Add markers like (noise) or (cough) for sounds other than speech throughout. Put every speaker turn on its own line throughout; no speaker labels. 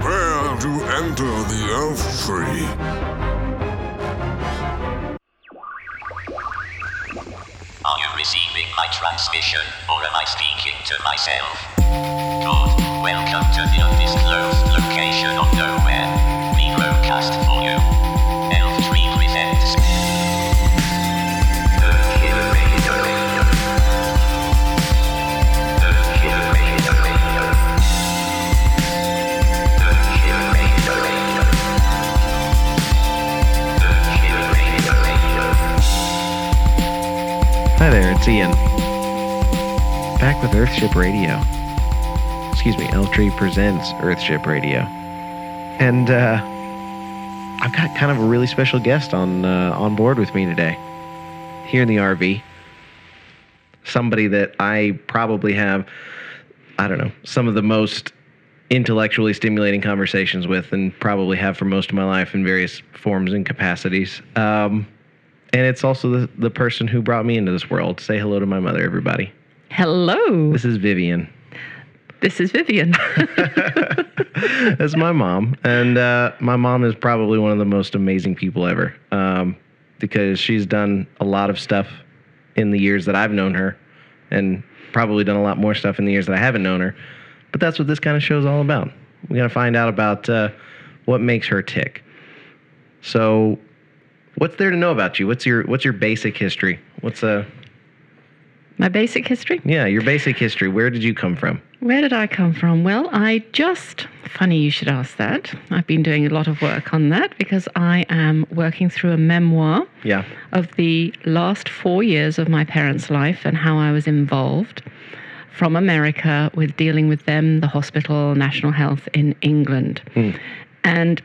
to enter the Elf Tree.
Are you receiving my transmission, or am I speaking to myself? Good. Welcome to the undisclosed location of nowhere. The locust for you. Elf Tree presents. The Killer Maker. The Killer Maker. The Killer Maker. The Killer Maker.
Hi there, it's Ian. Back with Earthship Radio. Excuse me, Elm Tree E presents Earthship Radio. And uh, I've got kind of a really special guest on uh, on board with me today, here in the RV. Somebody that I probably have, I don't know, some of the most intellectually stimulating conversations with, and probably have for most of my life in various forms and capacities. Um, and it's also the, the person who brought me into this world. Say hello to my mother, everybody.
Hello,
This is Vivian. (laughs)
this is Vivian. (laughs)
That's my mom. And uh, my mom is probably one of the most amazing people ever um, because she's done a lot of stuff in the years that I've known her and probably done a lot more stuff in the years that I haven't known her. But that's what this kind of show is all about. We got to find out about uh, what makes her tick. So, what's there to know about you? What's your what's your basic history? What's uh
My basic history.
yeah your basic history? Where did you come from?
Where did I come from? Well, I just, funny you should ask that. I've been doing a lot of work on that because I am working through a memoir
Yeah,
of the last four years of my parents' life and how I was involved from America with dealing with them, the hospital, national health in England. And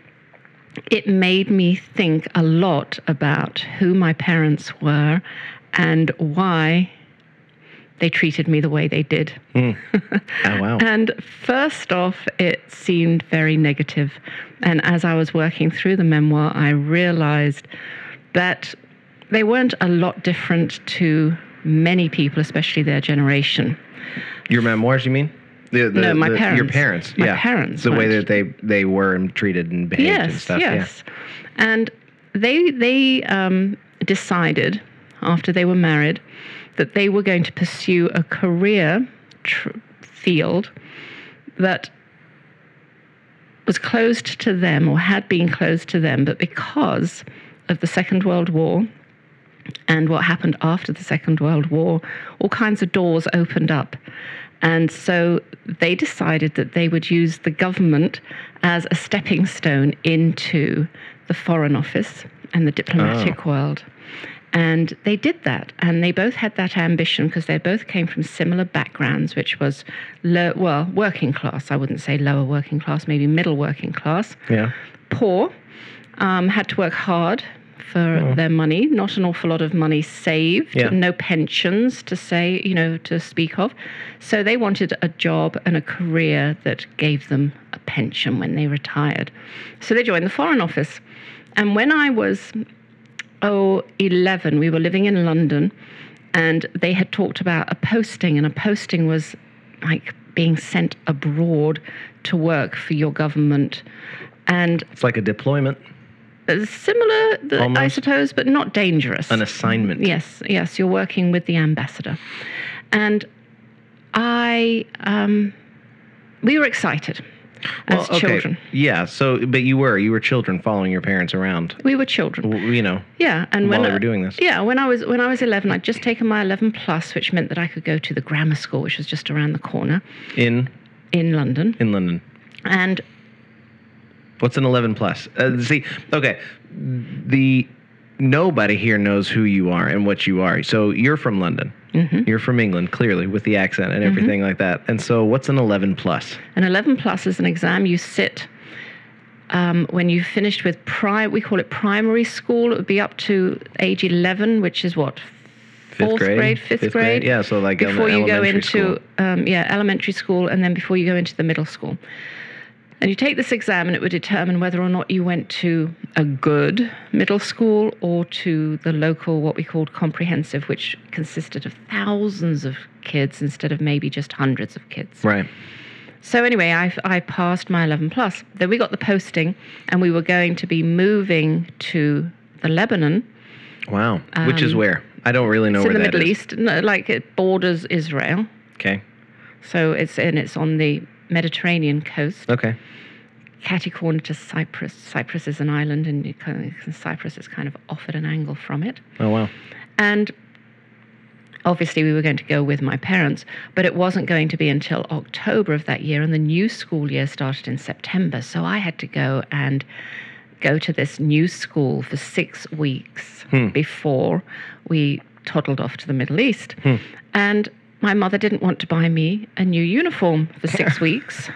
it made me think a lot about who my parents were and why they treated me the way they did.
oh wow,
And first off, it seemed very negative. And as I was working through the memoir, I realized that they weren't a lot different to many people, especially their generation.
Your memoirs, you mean? The, the,
No, my
the- Your
parents.
parents.
My
yeah.
parents
The way that
weren't.
they they were and treated and behaved and
yes,
stuff.
yes. And they they um, decided after they were married that they were going to pursue a career tr- field that was closed to them or had been closed to them, but because of the Second World War and what happened after the Second World War, all kinds of doors opened up. And so they decided that they would use the government as a stepping stone into the Foreign Office and the diplomatic world. And they did that. And they both had that ambition because they both came from similar backgrounds, which was, low, well, working class. I wouldn't say lower working class, maybe middle working class
Yeah. Yeah.
poor, um, had to work hard for their money, not an awful lot of money saved,
Yeah.
no pensions to say, you know, to speak of. So they wanted a job and a career that gave them a pension when they retired. So they joined the Foreign Office. And when I was oh, 11, we were living in London and they had talked about a posting, and a posting was like being sent abroad to work for your government. And
It's like a deployment,
uh, similar, th- I
Almost.
suppose, but not dangerous.
an assignment.
Yes, yes, you're working with the ambassador. And I, um, we were excited
Well,
as
okay.
children.
Yeah. So, but you were you were children following your parents around.
We were children.
W- You know.
Yeah, and when
While they
I-
were doing this.
yeah, when I was when I was eleven, I'd just taken my eleven plus, which meant that I could go to the grammar school, which was just around the corner
In
in London.
in London.
And
What's an eleven plus? Uh, see. Okay. The nobody here knows who you are and what you are. So you're from London.
Mm-hmm.
You're from England, clearly, with the accent and everything like that. And so, what's an eleven plus?
an eleven plus is an exam you sit um, when you finished with pri We call it primary school. It would be up to age eleven, which is what fourth grade, fifth, grade.
Yeah, so like
before
ele-
you go
elementary
into
school.
um, yeah elementary school and then before you go into the middle school and you take this exam and it would determine whether or not you went to a good middle school or to the local what we called comprehensive which consisted of thousands of kids instead of maybe just hundreds of kids
Right.
So anyway, I, I passed my 11 plus. Then we got the posting, and we were going to be moving to the Lebanon.
Wow. Which is where? I don't really know
Um, It's
where
in the
that
Middle
is.
East, no, like it borders Israel.
Okay.
So it's and it's on the Mediterranean coast,
Okay.
catty corner to Cyprus. Cyprus is an island, and you kind of- Cyprus is kind of off at an angle from it.
Oh wow.
And obviously, we were going to go with my parents, but it wasn't going to be until October of that year. And the new school year started in September. So I had to go and go to this new school for six weeks before we toddled off to the Middle East. And my mother didn't want to buy me a new uniform for six weeks.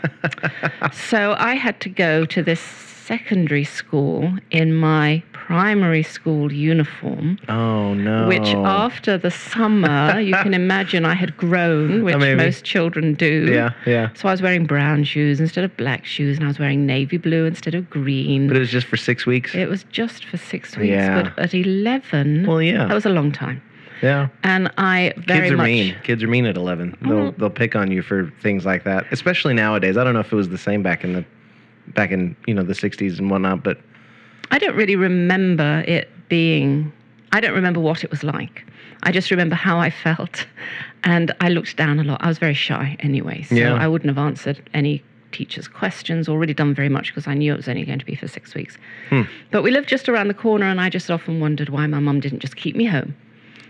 So I had to go to this secondary school in my primary school uniform
Oh no.
which after the summer, you
(laughs)
can imagine I had grown, which
Maybe.
most children do.
Yeah, yeah.
So I was wearing brown shoes instead of black shoes, and I was wearing navy blue instead of green.
But it was just for six weeks.
it was just for six weeks,
Yeah.
but at 11,
Well, yeah.
that was a long time.
yeah.
And I very
Kids are
much. Mm-hmm.
mean. Kids are mean at eleven. They'll they'll pick on you for things like that, especially nowadays. I don't know if it was the same back in the back in you know the '60s and whatnot, but
I don't really remember it being. I don't remember what it was like. I just remember how I felt, and I looked down a lot. I was very shy anyway, so
Yeah.
I wouldn't have answered any teachers' questions or really done very much because I knew it was only going to be for six weeks.
Hmm.
But we lived just around the corner, and I just often wondered why my mum didn't just keep me home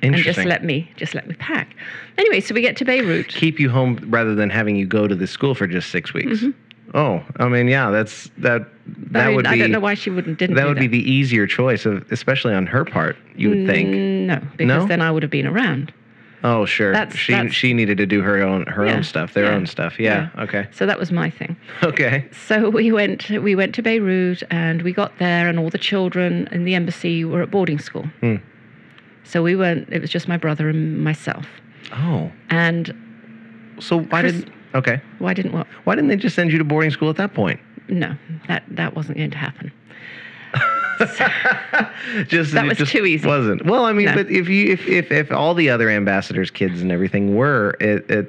and
interesting.
just let me just let me pack. Anyway, so we get to Beirut.
Keep you home rather than having you go to the school for just six weeks. Oh, I mean, yeah, that's that. That
Mm-hmm. I, mean,
would be.
I don't know why she wouldn't didn't.
that
do
would be the easier choice, of, especially on her part. You would think.
no, because
No?
then I would have been around.
Oh, sure.
That's-
she
that's-
she needed to do her own her
Yeah,
own stuff, their
yeah,
own stuff. Yeah. Okay. (laughs)
So that was my thing.
Okay.
so we went we went to Beirut and we got there and all the children in the embassy were at boarding school.
Hmm.
So we weren't it was just my brother and myself.
Oh,
And
so why
Chris-
did? Okay.
why didn't what
Why didn't they just send you to boarding school at that point?
no, that that wasn't going to happen.
(laughs) just
That
it
was
just
too easy.
Wasn't well. I mean,
No.
but if you if, if if all the other ambassadors' kids and everything were at, at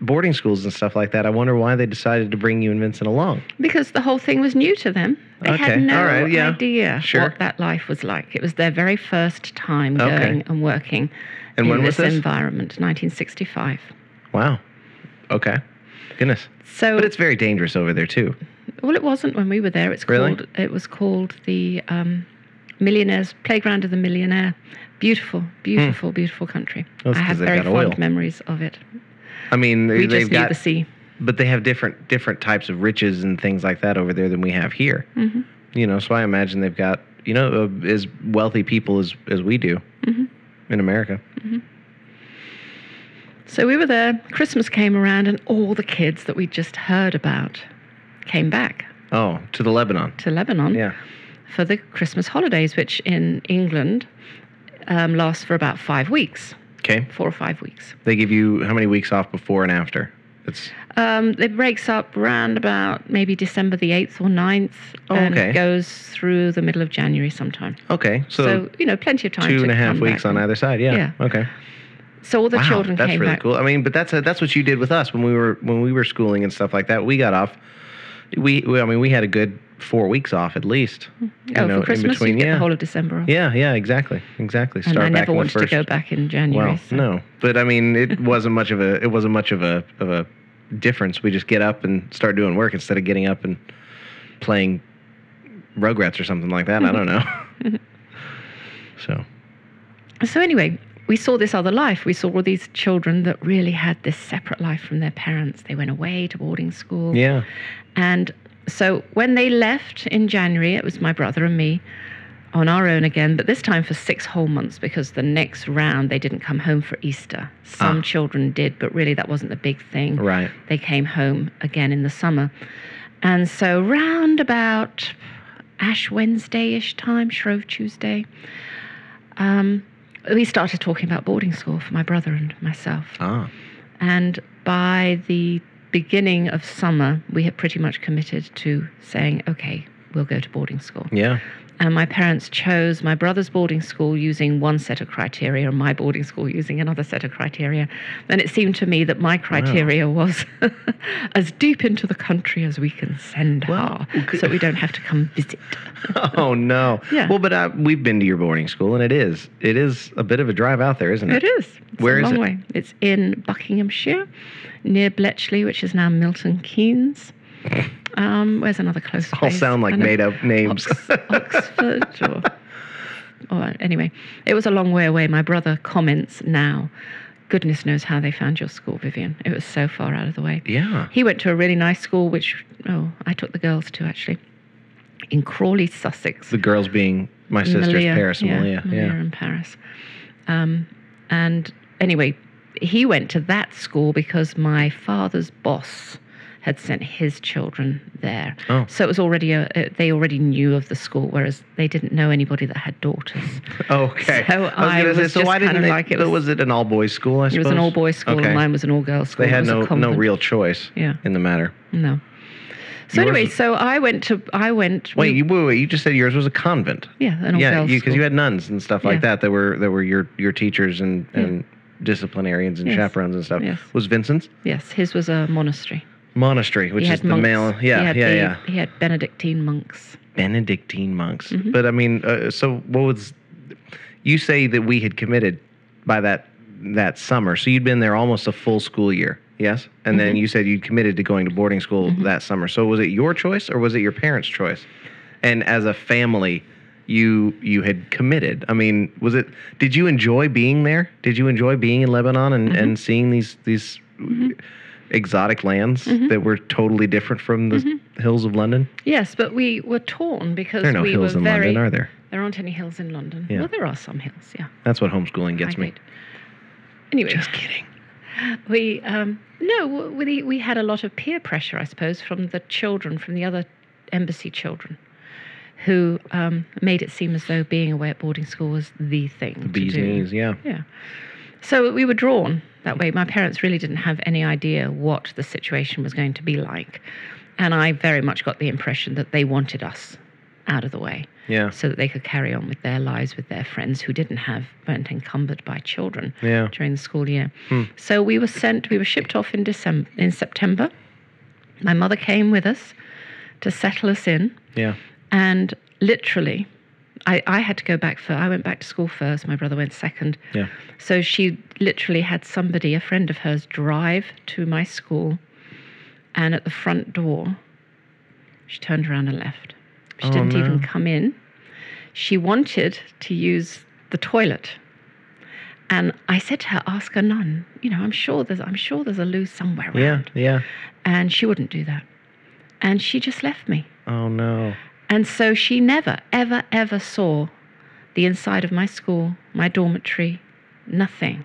boarding schools and stuff like that, I wonder why they decided to bring you and Vincent along.
Because the whole thing was new to them. They
Okay,
had no
all right, yeah,
idea
sure.
what that life was like. It was their very first time
Okay.
going and working
And
in
when was
this,
this?
environment, 1965.
Wow. Okay. Goodness.
So
But it's very dangerous over there too.
Well, it wasn't when we were there. It's
Really?
called. It was called the um, Millionaires Playground of the Millionaire. Beautiful, beautiful, beautiful country.
Hmm. Well, it's
I
'cause
have
they've
very
got
fond
oil.
memories of it.
I mean,
We
they've
just knew
got
the sea.
but they have different different types of riches and things like that over there than we have here. Mm-hmm. You know, so I imagine they've got you know uh, as wealthy people as as we do
Mm-hmm.
in America.
So we were there. Christmas came around, and all the kids that we just heard about came back
Oh, to the Lebanon.
to Lebanon
Yeah.
for the Christmas holidays, which in England um, lasts for about five weeks,
Okay.
four or five weeks.
They give you how many weeks off before and after? It's
Um, it breaks up round about maybe December the 8th or 9th
Oh,
and
okay.
goes through the middle of January sometime.
okay. So,
So, you know, plenty of time.
two
to
and a half
come
weeks
back.
on either side. Yeah.
Yeah.
Okay.
So all the
wow,
children
that's
came
really
back.
cool. I mean, but that's a, that's what you did with us when we were when we were schooling and stuff like that. We got off. We, we I mean, we had a good four weeks off at least. you
Oh,
know,
for Christmas, you get
yeah.
the whole of December off.
Yeah, yeah, exactly, exactly.
and I never
in the
wanted to
first-
go back in January.
Well,
so-
no, but I mean,
(laughs)
it wasn't much of a it wasn't much of a of a difference. We just get up and start doing work instead of getting up and playing Rugrats or something like that. I don't know.
(laughs)
so
So anyway, we saw this other life. We saw all these children that really had this separate life from their parents. They went away to boarding school.
yeah,
And so when they left in January, it was my brother and me on our own again, but this time for six whole months because the next round they didn't come home for Easter. Some
Ah.
children did, but really that wasn't the big thing.
right.
They came home again in the summer. And so round about Ash Wednesday ish time, Shrove Tuesday, um, we started talking about boarding school for my brother and myself.
Ah,
And by the beginning of summer, we had pretty much committed to saying, okay, we'll go to boarding school.
Yeah. (laughs)
And my parents chose my brother's boarding school using one set of criteria and my boarding school using another set of criteria. And it seemed to me that my criteria was (laughs) as deep into the country as we can send
Well,
her
good-
so we don't have to come visit.
Oh no.
Yeah.
Well, but uh, we've been to your boarding school, and it is it is a bit of a drive out there, isn't it?
It is. It's
Where is
a long
it?
Way. It's in Buckinghamshire, near Bletchley, which is now Milton Keynes. Um, where's another close
All
place?
sound like
I know. (laughs)
made up names.
Ox- Oxford or, or anyway, it was a long way away. My brother comments now. Goodness knows how they found your school, Vivian. It was so far out of the way.
(laughs) yeah.
He went to a really nice school, which oh, I took the girls to actually, in Crawley, Sussex.
The girls being my sister's
Malia,
Paris,
yeah,
Malia. Yeah.
Malia in Paris. Um, and anyway, he went to that school because my father's boss had sent his children there.
Oh.
So it was already a, uh, they already knew of the school, whereas they didn't know anybody that had daughters.
Okay.
So I
gonna
was just kinda
they,
like it
so
was-
was it an all boys school? I
It
suppose
was an all boys school,
Okay.
and mine was an all girls school.
They had
It was a
no no
convent.
real choice.
Yeah.
In the matter.
no. So
Yours-
anyway, so I went to I went.
Wait,
we-
you wait, wait, you just said yours was a convent.
yeah, an all
yeah,
girls
because you, had nuns and stuff
Yeah.
like that that were that were your your teachers and and disciplinarians and
Yes.
chaperones and stuff.
Yes.
Was Vincent's
yes, his was a monastery.
monastery, which
he
is
had
the
monks.
male.
He
Yeah,
had
yeah,
the-
yeah.
He had Benedictine monks.
Benedictine monks. But I mean, uh, so what was? You say that we had committed by that that summer, so you'd been there almost a full school year. Yes, and then you said you'd committed to going to boarding school that summer. So was it your choice or was it your parents' choice? And as a family, you you had committed. I mean, was it? Did you enjoy being there? Did you enjoy being in Lebanon and, and seeing these these exotic lands that were totally different from the hills of London?
Yes, but we were torn because
There are no
we
hills
were
in
very.
London, are there?
There aren't any hills in London.
Yeah.
Well, there are some hills. Yeah,
That's what homeschooling gets
I
me.
did. Anyway,
Just kidding.
(laughs) we um, no, we we had a lot of peer pressure, I suppose, from the children, from the other embassy children, who um, made it seem as though being away at boarding school was the thing to
Bees
do.
knees, yeah.
Yeah. So we were drawn that way. My parents really didn't have any idea what the situation was going to be like. And I very much got the impression that they wanted us out of the way
Yeah.
so that they could carry on with their lives with their friends who didn't have, weren't encumbered by children
Yeah. Hmm.
during the school year. So we were sent, we were shipped off in December, in September. My mother came with us to settle us in.
Yeah.
And literally, I, I had to go back for, I went back to school first, my brother went second.
Yeah.
So she literally had somebody, a friend of hers, drive to my school. And at the front door, she turned around and left. She
Oh,
didn't even
no.
come in. She wanted to use the toilet. And I said to her, ask a nun. You know, I'm sure there's I'm sure there's a loo somewhere
Yeah.
around.
Yeah.
And she wouldn't do that. And she just left me.
Oh no.
And so she never, ever, ever saw the inside of my school, my dormitory, nothing.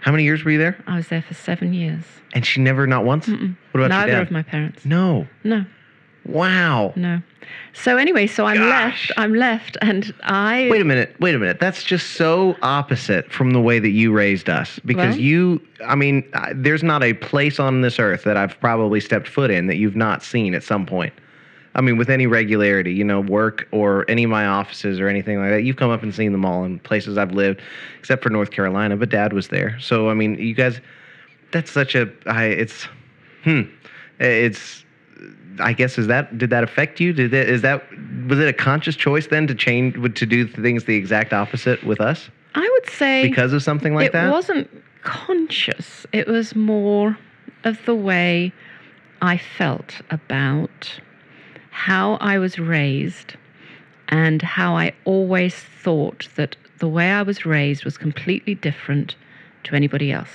How many years were you there?
I was there for seven years.
And she never, not once. What about
Neither
your dad?
of my parents.
no.
No,
Wow.
no. So anyway, so I'm
Gosh.
left. I'm left, and I.
Wait a minute. Wait a minute. That's just so opposite from the way that you raised us. Because
Well-
you, I mean, I, there's not a place on this earth that I've probably stepped foot in that you've not seen at some point. I mean, with any regularity, you know, work or any of my offices or anything like that, you've come up and seen them all in places I've lived, except for North Carolina. But Dad was there, so I mean, you guys, that's such a, I, it's, hmm, it's. I guess is that did that affect you? Did that, is that was it a conscious choice then to change to do things the exact opposite with us
I would say
because of something like
it
that?
wasn't conscious. It was more of the way I felt about how I was raised and how I always thought that the way I was raised was completely different to anybody else.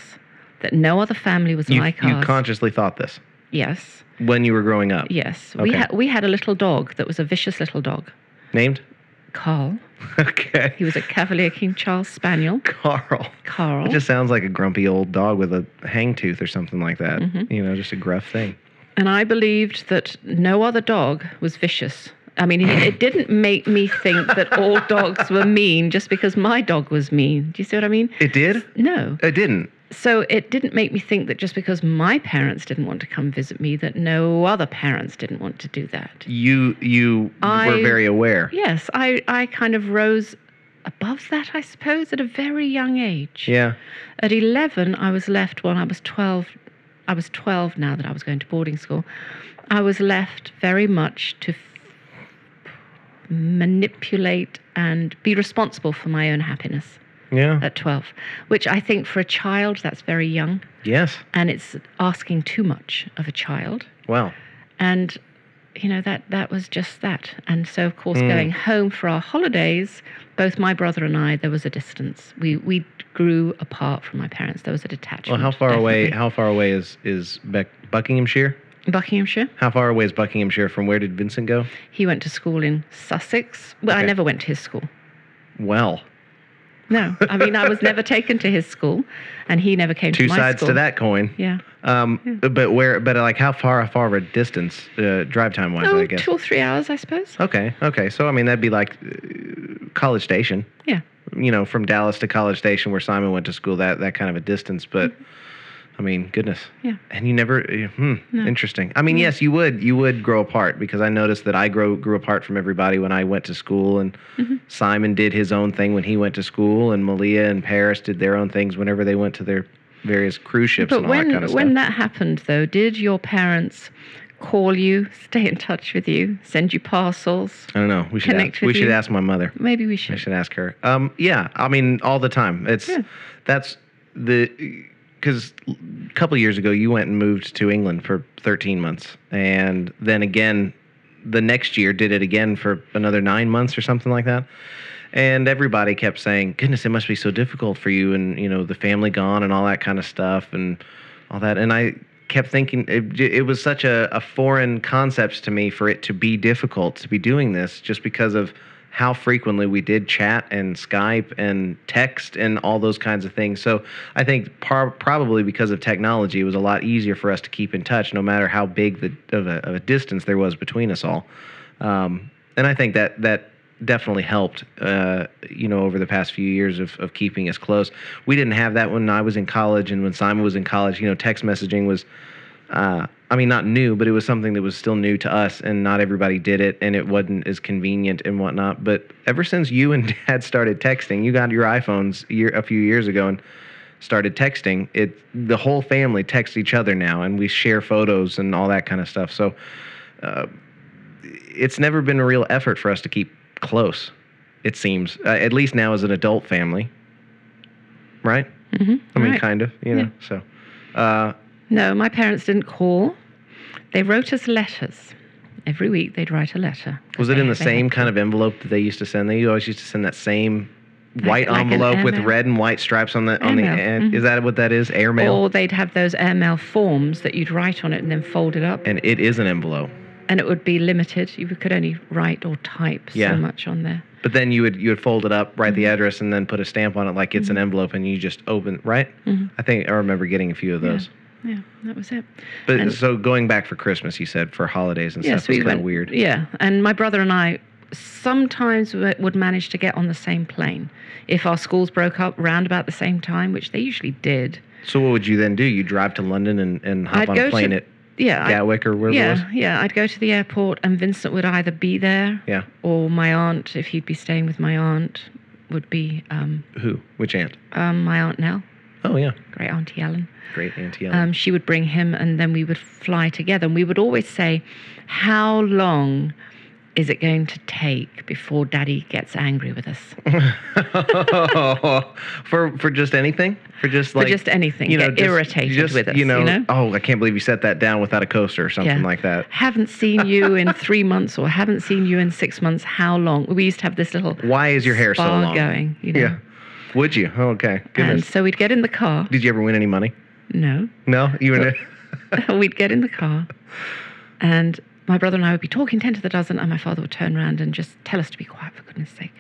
That no other family was
you,
like
you
ours.
consciously thought this
yes.
when you were growing up.
Yes, we
Okay.
had we had a little dog that was a vicious little dog,
Named? (laughs)
Carl.
Okay.
He was a Cavalier King Charles Spaniel,
Carl.
Carl.
It just sounds like a grumpy old dog with a hangtooth or something like that.
Mm-hmm.
You know, just a gruff thing.
and I believed that no other dog was vicious. I mean, it, it didn't make me think that
(laughs)
all dogs were mean just because my dog was mean. Do you see what I mean?
It did?
No,
It didn't.
so it didn't make me think that just because my parents didn't want to come visit me, that no other parents didn't want to do that.
You you
I-
were very aware.
Yes, I, I kind of rose above that, I suppose, at a very young age.
Yeah.
At 11, I was left when I was 12. I was 12 now that I was going to boarding school. I was left very much to f- manipulate and be responsible for my own happiness
Yeah.
at 12, which I think for a child, that's very young
yes.
and it's asking too much of a child
Wow.
and you know that that was just that and so of course
Mm.
going home for our holidays both my brother and i there was a distance we we grew apart from my parents there was a
Well,
detachment
how far away?
definitely.
How far away is is Beck, Buckinghamshire?
buckinghamshire
How far away is Buckinghamshire from where did Vincent go?
he went to school in sussex well i
Okay.
never went to his school
Well,
no i mean i
(laughs)
was never taken to his school and he never came
two
to my
sides
school
to that coin.
yeah
Um, but where? But like, how far? How far of a distance? Uh, drive time wise,
oh
I guess. Oh.
two or three hours i suppose
Okay. Okay. So I mean, that'd be like uh, College Station.
yeah
You know, from Dallas to College Station, where Simon went to school, that that kind of a distance. But
Mm-hmm.
I mean, goodness.
Yeah.
And you never. you- Hmm, Interesting. I mean, yes, you would. You would grow apart because I noticed that I grow grew apart from everybody when I went to school, and
Mm-hmm.
Simon did his own thing when he went to school, and Malia and Paris did their own things whenever they went to their various cruise ships
But
and all
when
that kind of
when
stuff.
that happened, though, did your parents call you, (laughs) stay in touch with you, send you parcels?
I don't know. We should
connect
ask,
with
we should
you.
ask my mother.
Maybe we
I
should.
should ask her. Um, yeah, I mean, all the time. It's
Yeah.
that's the because a couple years ago you went and moved to England for 13 months, and then again the next year did it again for another nine months or something like that. And everybody kept saying, "Goodness, it must be so difficult for you, and you know the family gone and all that kind of stuff and all that." And I kept thinking it, j- it was such a, a foreign concept to me for it to be difficult to be doing this just because of how frequently we did chat and Skype and text and all those kinds of things. So I think par- probably because of technology, it was a lot easier for us to keep in touch, no matter how big the, of, a, of a distance there was between us all. Um, and I think that that definitely helped, uh, you know, over the past few years of, of keeping us close. We didn't have that when I was in college and when Simon was in college. You know, text messaging was uh, I mean, not new, but it was something that was still new to us, and not everybody did it, and it wasn't as convenient and whatnot. But ever since you and (laughs) Dad started texting, you got your iPhones year, a few years ago and started texting. It the whole family texts each other now, and we share photos and all that kind of stuff. So, uh, it's never been a real effort for us to keep close. It seems, uh, at least now as an adult family, right? Mm-hmm. I mean,
Right.
kind of, you know. So, uh,
No, my parents didn't call. They wrote us letters. Every week they'd write a letter.
Was it in the
They- they
same
had-
kind of envelope that they used to send? They always used to send that same white
like an
envelope with
airmail.
red and white stripes on the on the
Airmail, Mm-hmm.
end. Is that what that is? Airmail.
Or they'd have those airmail forms that you'd write on it and then fold it up,
And it is an envelope.
and it would be limited. You could only write or type
Yeah.
so much on there.
But then you would you would fold it up, write
Mm-hmm.
the address, and then put a stamp on it like it's an envelope, and you just open right. I think I remember getting a few of those.
Mm-hmm. Yeah, that was it.
But
And-
so going back for Christmas, you said for holidays and stuff, it's kind of
went-
weird.
Yeah, and my brother and I sometimes w- would manage to get on the same plane if our schools broke up round about the same time, which they usually did.
So what would you then do? You drive to London and, and hop
I'd
on a
go
plane
to-
at
Yeah, I-
Gatwick or wherever it was.
yeah, yeah. I'd go to the airport, and Vincent would either be there,
Yeah.
or my aunt, if he'd be staying with my aunt, would be um,
Who? Which aunt?
um, my aunt Nell,
Oh yeah,
great auntie Ellen.
great auntie Ellen.
Um, she would bring him, and then we would fly together. And we would always say, "How long is it going to take before Daddy gets angry with
(laughs)
us?"
for for just anything, for just like
just anything. Get
just-
irritated
just,
with us,
You know,
you know?
oh, I can't believe you set that down without a coaster or something
Yeah.
like that.
haven't seen you in three months or haven't seen you in six months. How long? We used to have this little
Why is your hair so
spa
long?
going, you know.
Yeah, would you? Oh, okay,
and
goodness.
so we'd get in the car.
Did you ever win any money?
No,
No, you were.
(laughs) we'd get in the car, and my brother and I would be talking ten to the dozen, and my father would turn around and just tell us to be quiet for goodness' sake.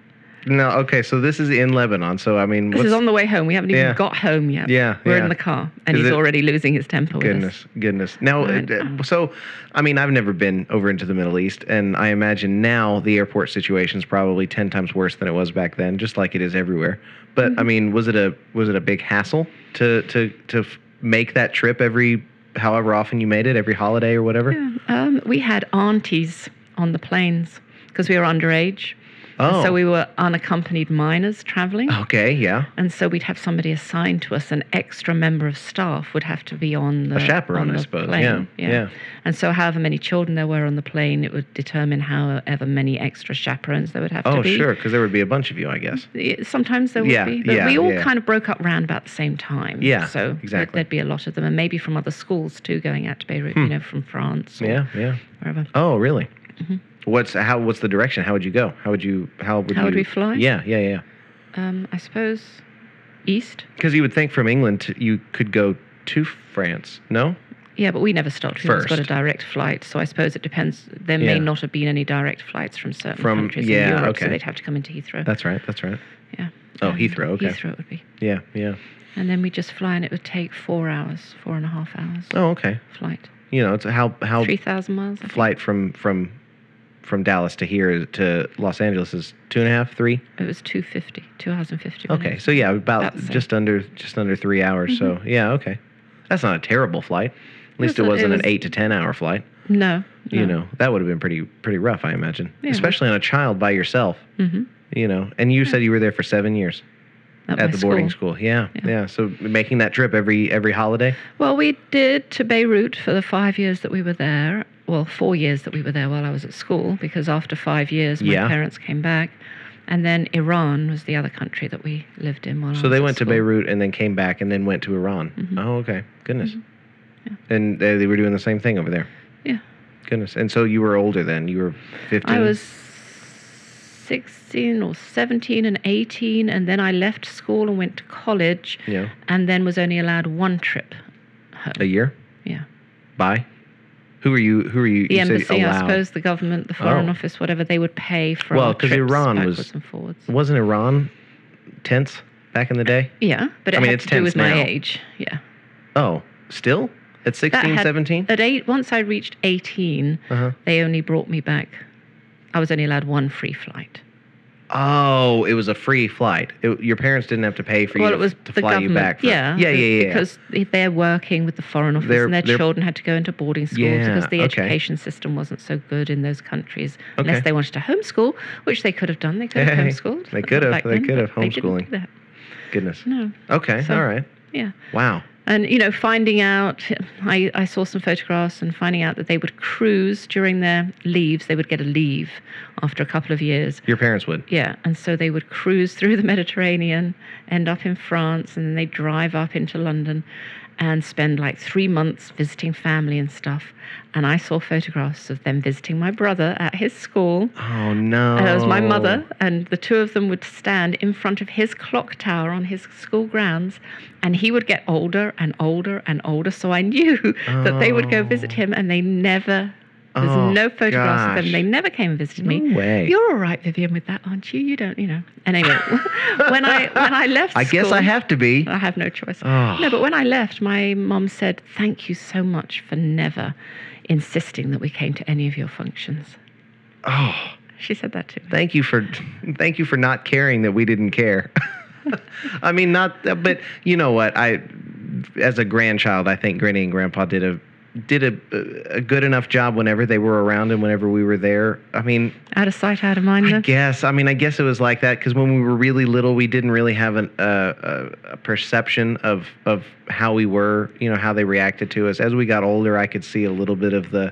(laughs) no, okay, so this is in Lebanon. So I mean,
This
what's-
is on the way home. We haven't even
Yeah.
got home yet.
Yeah,
We're
yeah.
in the car and
Is
he's
it-
already losing his temper with us.
goodness, goodness. Now,
Right.
uh, so I mean, I've never been over into the Middle East, and I imagine now the airport situation is probably ten times worse than it was back then, just like it is everywhere. But
Mm-hmm.
I mean, was it a was it a big hassle to to to f- make that trip every however often you made it, every holiday or whatever?
Yeah. Um, we had aunties on the planes because we were underage.
Oh,
So we were unaccompanied minors traveling.
okay, yeah,
And so we'd have somebody assigned to us, an extra member of staff would have to be on the
a chaperone,
on
I
the
suppose.
plane.
Yeah, yeah,
And so, however many children there were on the plane, it would determine however many extra chaperones there would have to
Oh,
be.
sure, because there would be a bunch of you, I guess.
Yeah, Sometimes there would
Yeah,
be, but
yeah,
we all
yeah.
kind of broke up round about the same time.
Yeah,
so there-
exactly. Hmm.
there'd be a lot of them, and maybe from other schools too, going out to Beirut, you know, from France, or
Yeah, yeah.
wherever.
Oh, really?
Mm-hmm.
What's how? What's the direction? How would you go? How would you? How would
How
you?
would we fly?
Yeah, yeah, yeah.
Um, I suppose east.
Because you would think from England to, you could go to France. No.
Yeah, but we never stopped. We always got a
First.
direct flight, so I suppose it depends. There
Yeah.
may not have been any direct flights from certain
From-
countries
yeah,
in Europe, so
okay.
they'd have to come into Heathrow.
That's right. That's right.
yeah.
Oh,
And
Heathrow, okay.
Heathrow it would be,
Yeah, yeah.
and then we just fly, and it would take four hours, four and a half hours
Oh, okay.
flight,
You know, it's how how
three thousand miles. I think.
flight from from from Dallas to here to Los Angeles is two and a half, three.
It was two fifty, two hours and fifty.
Okay, so yeah, about
That's it.
just under just under three hours. So yeah, okay. That's not a terrible flight. At least it
It's a- Mm-hmm. it
wasn't an
was-
eight to ten hour flight.
No,
You know, that would have been pretty pretty rough, I imagine.
Yeah.
Especially on a child by yourself.
hmm
You know, and you said you were there for seven years
at,
at
my
the boarding
school.
school. Yeah, yeah,
Yeah.
So making that trip every every holiday.
Well, we did to Beirut for the five years that we were there. Well, four years that we were there while I was at school, because after five years, my
Yeah.
parents came back. And then Iran was the other country that we lived in while I
So
was
they
at
went to
school.
Beirut and then came back and then went to Iran.
Mm-hmm.
Oh, okay. Goodness. And they, they were doing the same thing over there.
Yeah.
Goodness. And so you were older then. You were 15.
I was 16 or 17 and 18, and then I left school and went to college,
Yeah.
and then was only allowed one trip
A
home.
year?
Yeah.
By? Who are you? Who are you?
the
you said
embassy, I
allowed.
suppose, the government, the foreign
Oh.
office, whatever, they would pay for
Well,
our
'cause
trips
Iran was-
backwards and forwards.
Wasn't Iran tense back in the day?
Yeah, but
I
it
mean,
had
it's
to do
tense
with
now.
my age. Yeah,
Oh, still? At 16,
had-
17?
at eight, once I reached eighteen,
Uh-huh.
they only brought me back. I was only allowed one free flight.
Oh, it was a free flight. It, your parents didn't have to pay for
well,
you
it was
to
the
fly
government.
you back. For,
yeah,
yeah, yeah,
it-
yeah, yeah.
Because they're working with the foreign office,
They're-
and their
they're-
children had to go into boarding schools
Yeah,
because the
okay.
education system wasn't so good in those countries.
Okay.
Unless they wanted to homeschool, which they could have done. They could
(laughs)
have
Hey,
homeschooled.
they could have-
back
they
then,
could have
but they didn't do
homeschooling.
that.
goodness.
No.
Okay,
So-
all right.
Yeah.
Wow.
and you know finding out I, I saw some photographs and finding out that they would cruise during their leaves they would get a leave after a couple of years
Your parents would.
yeah and so they would cruise through the mediterranean end up in france and then they drive up into london and spend like three months visiting family and stuff and i saw photographs of them visiting my brother at his school
Oh no.
and it was my mother,
Oh.
and the two of them would stand in front of his clock tower on his school grounds, and he would get older and older and older. So I knew (laughs) that they would go visit him, and they never. There's
Oh,
no photographs
gosh.
of them. They never came and visited me.
No way.
You're all right, Vivian, with that, aren't you? You don't, you know. And anyway, (laughs) when I when I left,
I guess I
school- Uh.
have to be.
I have no choice.
Oh.
No, but when I left, my mum said, "Thank you so much for never insisting that we came to any of your functions."
Oh,
She said that to me.
thank you for thank you for not caring that we didn't care. (laughs) I mean, not uh, but you know what? I as a grandchild, I think Granny and Grandpa did a did a, a good enough job whenever they were around and whenever we were there. I mean,
Out of sight, out of mind.
I
though.
guess. I mean, I guess it was like that because when we were really little, we didn't really have an, uh, a, a perception of of how we were, you know, how they reacted to us. As we got older, I could see a little bit of the,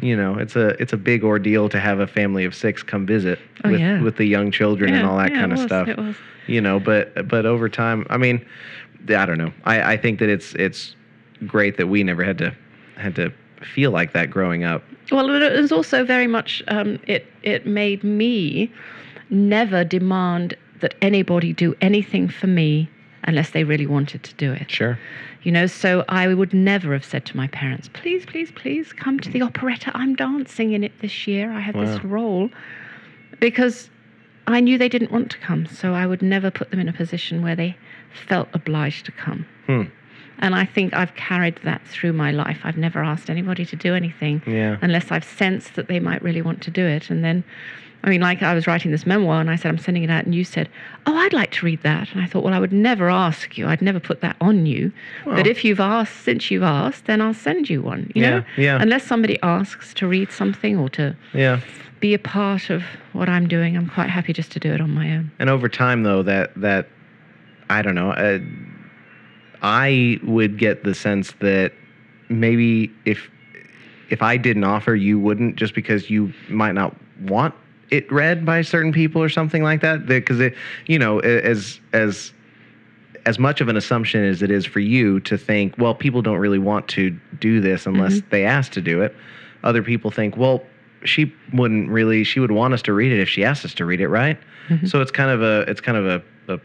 you know, it's a it's a big ordeal to have a family of six come visit
Oh,
with
yeah.
with the young children and
Yeah,
all that
yeah,
kind
it
of
was,
stuff.
It was.
You know, but but over time, I mean, I don't know. I I think that it's it's great that we never had to had to feel like that growing up.
Well, it was also very much. Um, it it made me never demand that anybody do anything for me unless they really wanted to do it.
Sure.
You know, so I would never have said to my parents, "Please, please, please, come to the operetta. I'm dancing in it this year. I have
Wow.
this role," because I knew they didn't want to come, so I would never put them in a position where they felt obliged to come.
Hmm.
And I think I've carried that through my life. I've never asked anybody to do anything
Yeah.
unless I've sensed that they might really want to do it. And then, I mean, like I was writing this memoir and I said, I'm sending it out, and you said, Oh, I'd like to read that. And I thought, Well, I would never ask you, I'd never put that on you.
Well-
but if you've asked, since you've asked, then I'll send you one, you
Yeah,
know?
yeah.
Unless somebody asks to read something or to
Yeah.
be a part of what I'm doing, I'm quite happy just to do it on my own.
And over time, though, that that I don't know, uh, I would get the sense that maybe if if I didn't offer, you wouldn't, just because you might not want it read by certain people or something like that. Because it, you know, a- as as as much of an assumption as it is for you to think, well, people don't really want to do this unless they ask to do it. Other people think, well, she wouldn't really. She would want us to read it if she asked us to read it, right? So it's kind of a, it's kind of a, a,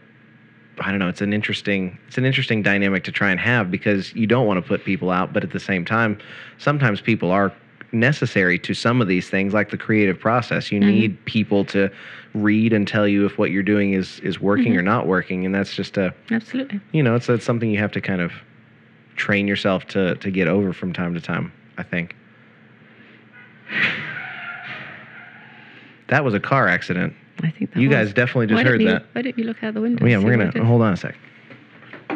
I don't know. It's an interesting, it's an interesting dynamic to try and have because you don't want to put people out, but at the same time, sometimes people are necessary to some of these things, like the creative process. You need people to read and tell you if what you're doing is is working
Mm-hmm.
or not working, and that's just a
Absolutely.
you know, it's, it's something you have to kind of train yourself to, to get over from time to time, I think. That was a car accident.
I think that
You
was-
guys definitely just
why
heard
didn't you-
that.
Why didn't you look out the window?
Oh, yeah,
and
we're
see
going
what
to
(laughs) it-
hold on a sec.
(laughs)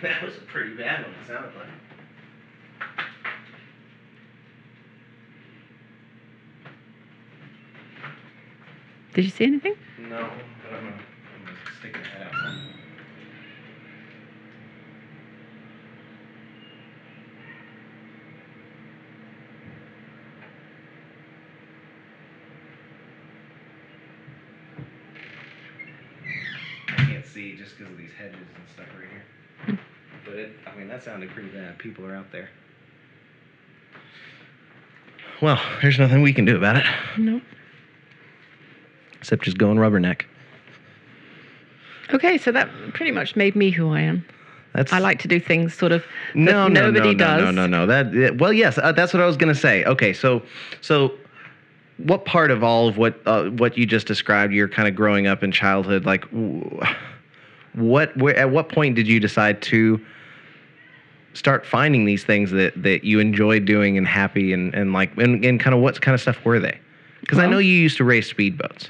That was a pretty bad one, it sounded like.
Did you see anything?
No, but I'm going to stick my head out. I can't see just because of these hedges and stuff right here. But it, I mean, that sounded pretty bad. People are out there. Well, there's nothing we can do about it
No.
except just go and rubberneck.
Okay, so that pretty much made me who I am.
That's
I like to do things sort of that
no, no,
nobody
no,
does.
No, no, no, no. That yeah, well, yes, uh, that's what I was gonna say. Okay, so so what part of all of what uh, what you just described, your kind of growing up in childhood, like w- what where at what point did you decide to start finding these things that that you enjoyed doing and happy and and like and, and kind of what kind of stuff were they? Because I
Well-
know you used to race speedboats.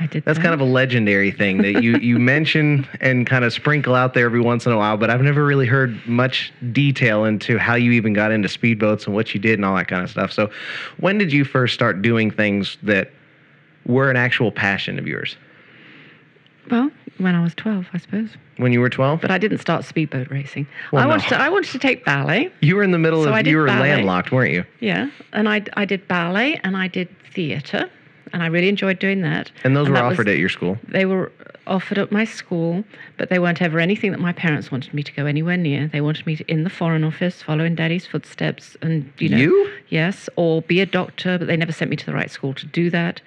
I did.
That's
that.
kind of a legendary thing that you you mention and kind of sprinkle out there every once in a while, but I've never really heard much detail into how you even got into speedboats and what you did and all that kind of stuff. So, when did you first start doing things that were an actual passion of yours?
well when I was twelve, I suppose.
When you were 12?
But I didn't start speedboat racing.
Well,
I
no.
wanted to. I wanted to take ballet.
You were in the middle
So I
of
did
you were
ballet.
landlocked, weren't you?
Yeah, and I I did ballet and I did theatre, and I really enjoyed doing that.
And those were
that was-
offered at your school.
They were offered at my school, but they weren't ever anything that my parents wanted me to go anywhere near. They wanted me to, in the Foreign Office, following Daddy's footsteps, and you know,
You?
yes, or be a doctor. But they never sent me to the right school to do that.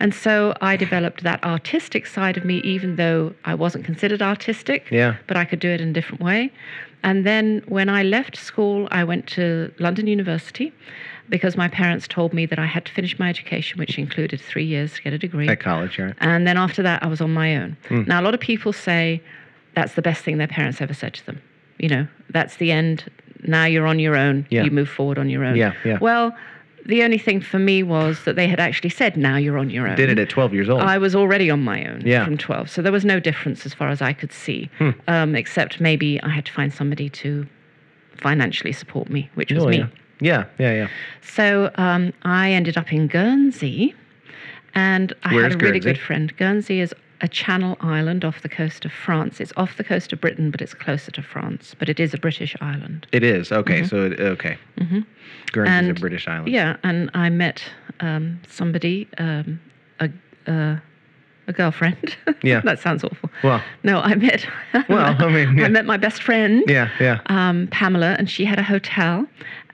And so I developed that artistic side of me, even though I wasn't considered artistic.
Yeah.
But I could do it in a different way. And then when I left school, I went to London University because my parents told me that I had to finish my education, which included three years to get a degree.
At college, right?
And then after that, I was on my own.
Hmm.
Now, a lot of people say that's the best thing their parents ever said to them. You know, that's the end. Now you're on your own.
Yeah.
You move forward on your own.
Yeah, yeah.
Well, the only thing for me was that they had actually said, now you're on your own.
Did it at 12 years old.
Oh, I was already on my own
Yeah. Hmm.
from 12. So there was no difference as far as I could see, um, except maybe I had to find somebody to financially support me, which was
Oh,
me.
yeah. yeah, yeah, yeah.
So um, I ended up in Guernsey, and I
Where's
had a really
Guernsey?
good friend. Guernsey is a channel island off the coast of France. It's off the coast of Britain, but it's closer to France. But it is a British island.
It is. Okay, so it, okay. Mm-hmm. Guernsey's
And-
a British island.
Yeah, and I met um, somebody, um, a, uh, a girlfriend. (laughs)
Yeah.
that sounds awful.
Well,
no, I met. (laughs)
Well, I mean, yeah.
I met my best friend.
yeah, yeah.
um, Pamela, and she had a hotel,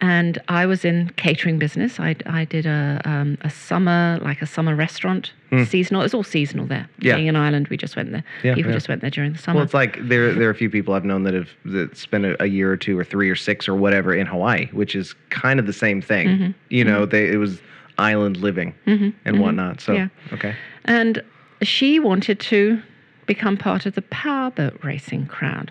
and I was in catering business. I, I did a um, a summer like a summer restaurant, seasonal. It was all seasonal there.
Hmm. Yeah.
Being an island, we just went there.
Yeah,
People
yeah.
just went there during the summer.
Well, it's like there there are a few people I've known that have that spent a, a year or two or three or six or whatever in Hawaii, which is kind of the same thing.
Mm-hmm.
You know, they it was island living and whatnot. So
Yeah.
okay,
and she wanted to become part of the powerboat racing
(laughs)
crowd.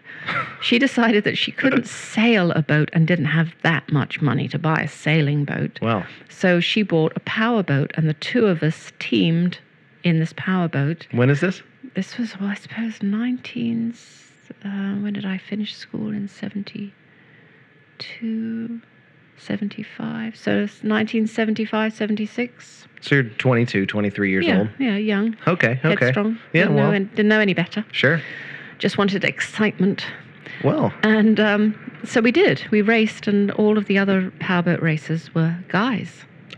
She decided that she couldn't sail a boat and didn't have that much money to buy a sailing boat.
Wow.
So she bought a powerboat, and the two of us teamed in this powerboat.
When is this?
This was, well, I suppose, 19. Uh, when did I finish school? In 72, 75. So it's 1975, 76.
So you're 22, 23 years
yeah,
old.
yeah, young.
Okay. Okay.
Headstrong.
Yeah.
didn't,
well.
know, an- didn't know any better.
Sure.
Just wanted excitement.
Well.
And um, so we did. We raced, and all of the other powerboat races were guys.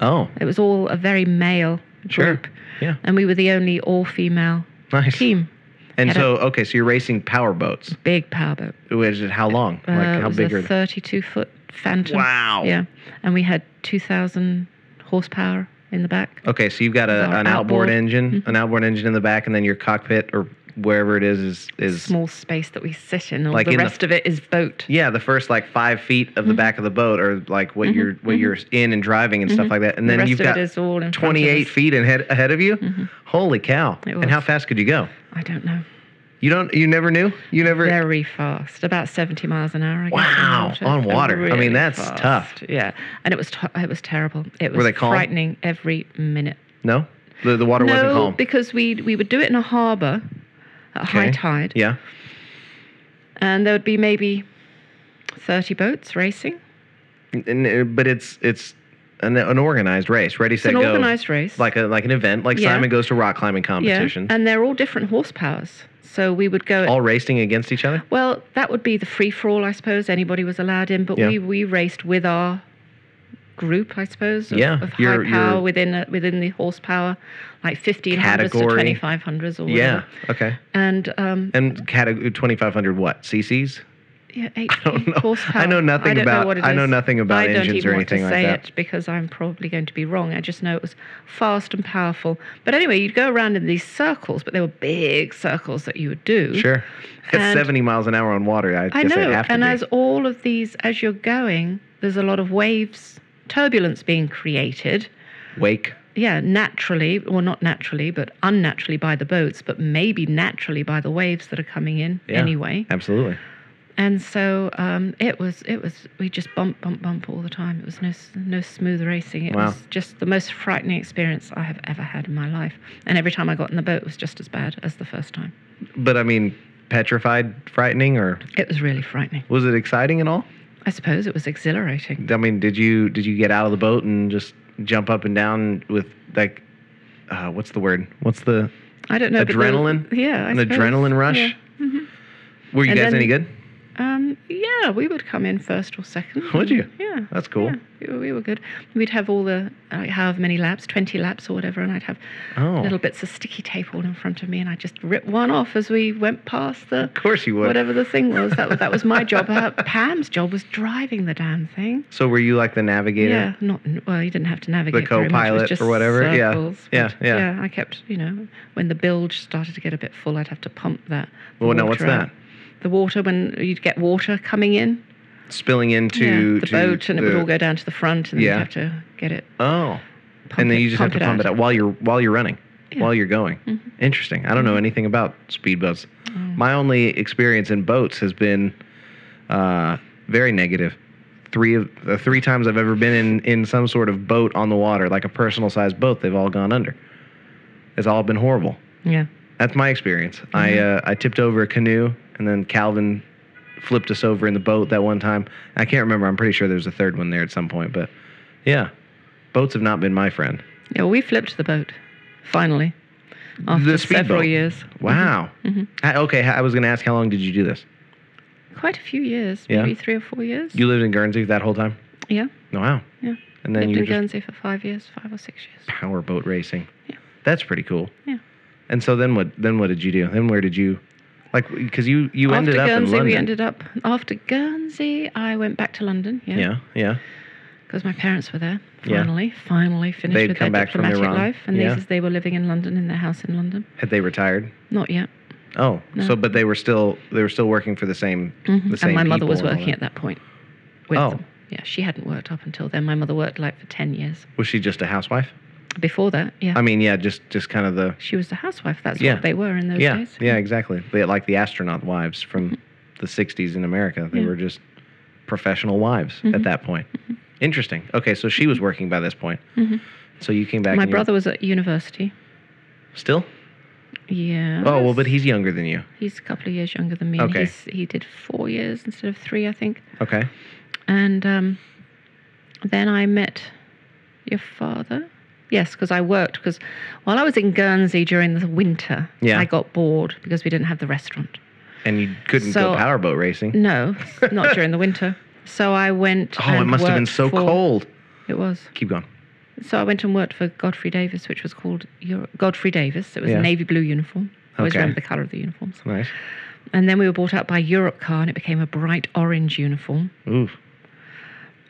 Oh.
It was all a very male
Sure.
group.
Yeah.
And we were the only all female
Nice.
team.
And
Had a-
so, okay, so you're racing power boats.
Big powerboat.
Which is how long?
Uh,
like
it
how
was
big
a
are they?
32 foot phantom.
Wow.
Yeah. And we had 2,000 horsepower in the back.
Okay, so you've got a,
Or
an outboard,
outboard. Mm-hmm.
engine, an outboard engine in the back, and then your cockpit or wherever it is is is
Small space that we sit in. All
Like
the
in the-
rest of it is boat.
yeah the first like five feet
Mm-hmm.
of the back of the boat or like what you're what you're in and driving and stuff like that, and
Mm-hmm. the
then
rest
you've
of
got
it is all in front of
twenty eight
us.
feet ahead ahead of you. Holy cow!
It
And how
was.
fast could you go?
I don't know.
You don't you never knew you never
very fast, about 70 miles an hour. I guess,
Wow, on water. I mean,
Really
that's tough.
Yeah, and it was t- it was terrible. It was
they calm?
frightening every minute.
no the the water
no,
wasn't calm.
because we we would do it in a harbour at high
Okay.
tide,
Yeah.
and there would be maybe 30 boats racing.
And- and- uh, but it's it's an, an organized race. Ready,
It's
set,
an
go.
organised race.
Like a like an event, like
Yeah.
Simon goes to rock climbing
yeah,
competition.
and they're all different horsepowers. So we would go. at-
all racing against each other.
well, that would be the free for all, I suppose. Anybody was allowed in, but
Yeah.
we, we raced with our group, I suppose. Of,
Yeah,
of high
your-
power
your-
within a, within the horsepower, like fifteen hundreds to
Category.
twenty five hundreds or whatever.
Yeah. Okay.
And um,
And category 2500 what? CCs?
yeah, eight,
I don't know.
horsepower.
I know nothing
I don't
about-
know what it
I know
is.
nothing about
I don't
engines
even
or
want to
anything like
say
that.
it because I'm probably going to be wrong. I just know it was fast and powerful. But anyway, you'd go around in these circles, but they were big circles that you would do.
Sure. At
And-
70 miles an hour on water, I,
I
guess
know.
I'd have to
And
be.
as all of these, as you're going, there's a lot of waves, turbulence being created.
Wake.
Yeah, naturally, or not naturally, but unnaturally by the boats, but maybe naturally by the waves that are coming in
Yeah.
anyway.
Absolutely.
And so um, it was, it was, we just bump, bump, bump all the time. It was no, s- no smooth racing. It
Wow.
was just the most frightening experience I have ever had in my life. And every time I got in the boat, it was just as bad as the first time.
But I mean, petrified, frightening, or
It was really frightening.
was it exciting at all?
I suppose it was exhilarating.
I mean, did you did you get out of the boat and just jump up and down with like, uh, what's the word? What's the
I don't know. but the-
adrenaline?
yeah, I
an
suppose.
adrenaline rush.
Yeah. Mm-hmm.
Were you
And
guys
then-
any good?
Um, yeah, we would come in first or second.
Would you?
Yeah.
That's cool.
Yeah, we were- we were good. We'd have all the like, however many laps, twenty laps or whatever, and I'd have
Oh,
little bits of sticky tape all in front of me, and I just rip one off as we went past the
of course you would.
whatever the thing was. That was that was my
(laughs)
job. Her, Pam's job was driving the damn thing.
So were you like the navigator?
Yeah, not well. You didn't have to navigate.
The
very much. It was
co-pilot
just
or whatever. Yeah.
circles,
Yeah,
but
yeah.
I kept, you know, when the bilge started to get a bit full, I'd have to pump that. the
Well, now what's
water out.
that?
The water when you'd get water coming in.
Spilling into
yeah, the
to
boat, and it would
the-
all go down to the front, and then
Yeah.
you'd have to get it.
Oh,
Pump
and then
it-
you just have to pump it out Mm-hmm. while you're while you're running, while you're going. Interesting. I don't know anything about speedboats. My only experience in boats has been uh, very negative. Three of the three times I've ever been in in some sort of boat on the water, like a personal sized boat, they've all gone under. It's all been horrible.
Yeah.
That's my experience. I uh, I tipped over a canoe, and then Calvin flipped us over in the boat that one time. I can't remember. I'm pretty sure there was a third one there at some point, but yeah, boats have not been my friend.
Yeah, well, we flipped the boat, finally, after
The
several
speedboat.
years.
Wow.
Mhm.
I, okay, I was going to ask how long did you do this?
Quite a few years,
Yeah.
maybe three or four years.
You lived in Guernsey that whole time.
yeah,
Wow.
yeah.
And then
Lived
you were
in
just
Guernsey for five years, five or six years.
power boat racing.
Yeah.
That's pretty cool.
Yeah.
And so then what? Then what did you do? Then where did you, like, because you you
after
ended up in
Guernsey,
London.
we ended up. After Guernsey, I went back to London. Yeah.
yeah, yeah.
Because my parents were there.
Yeah.
Finally, finally finished
They'd
with
come
their
back from
diplomatic
Iran.
life, and
Yeah.
these, they were living in London in their house in London.
Had they retired?
Not yet.
Oh,
No.
so but they were still they were still working for the same the same.
Mm-hmm. and my mother
people
was
and all
working at that point. With
Oh.
them. Yeah, she hadn't worked up until then. My mother worked like for 10 years.
that. Was she just a housewife?
Before that, yeah.
I mean, yeah, just just kind of the
she was a housewife. That's
Yeah.
what they were in those
yeah,
days.
yeah, exactly. They like the astronaut wives from the '60s in America. They
Yeah. Mm-hmm.
were just professional wives at that point. Interesting. Okay, so she was working by this point. So you came back.
Mm-hmm. My
and you-
brother was at university.
still.
Yeah.
Oh well, but he's younger than you.
he's a couple of years younger than me. and
Okay.
He's, he did four years instead of three, I think.
Okay.
And um, then I met your father. Yes, because I worked. Because while I was in Guernsey during the winter,
Yeah.
I got bored because we didn't have the restaurant.
And you couldn't
So-
go powerboat racing.
No, not during the winter. So I went.
Oh, it
and
must have been
worked
so
for-
cold.
It was.
Keep going.
So I went and worked for Godfrey Davis, which was called Euro- Godfrey Davis. It was
Yeah.
a navy blue uniform. I always
Okay.
remember the color of the uniforms.
Nice.
And then we were bought out by Europcar, and it became a bright orange uniform.
Ooh,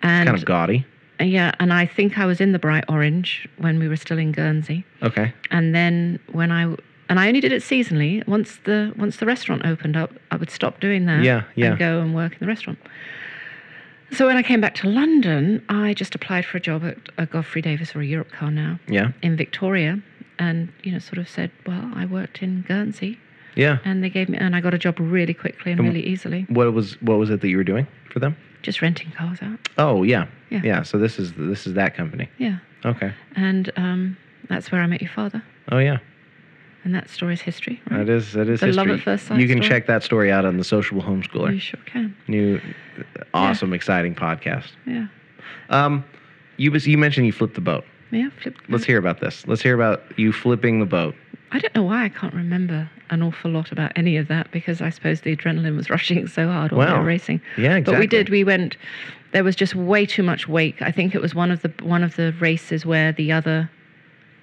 And
kind of gaudy.
yeah, and I think I was in the bright orange when we were still in Guernsey.
Okay.
And then when I and I only did it seasonally. Once the once the restaurant opened up, I would stop doing that.
Yeah, yeah.
And go and work in the restaurant. So when I came back to London, I just applied for a job at a Godfrey Davis or a Europcar now
Yeah.
in Victoria, and you know, sort of said, well, I worked in Guernsey,
Yeah.
and they gave me, and I got a job really quickly and
And-
really easily,
What was what was it that you were doing for them?
just renting cars out.
Oh yeah.
Yeah.
Yeah. So this is this is that company.
Yeah,
Okay.
and um, that's where I met your father,
Oh yeah.
and that story's history. Right?
That is that is
The
history.
love at first sight
you can
story.
check that story out on the Sociable
You
Homeschooler.
sure can.
New, awesome, exciting podcast.
Yeah,
Um, you was- you mentioned you flipped the boat.
yeah. Flip.
Let's hear about this. Let's hear about you flipping the boat.
I don't know why I can't remember an awful lot about any of that because I suppose the adrenaline was (laughs) rushing so hard while we
Wow.
were racing.
Yeah, exactly.
But we did. We went. There was just way too much wake. I think it was one of the one of the races where the other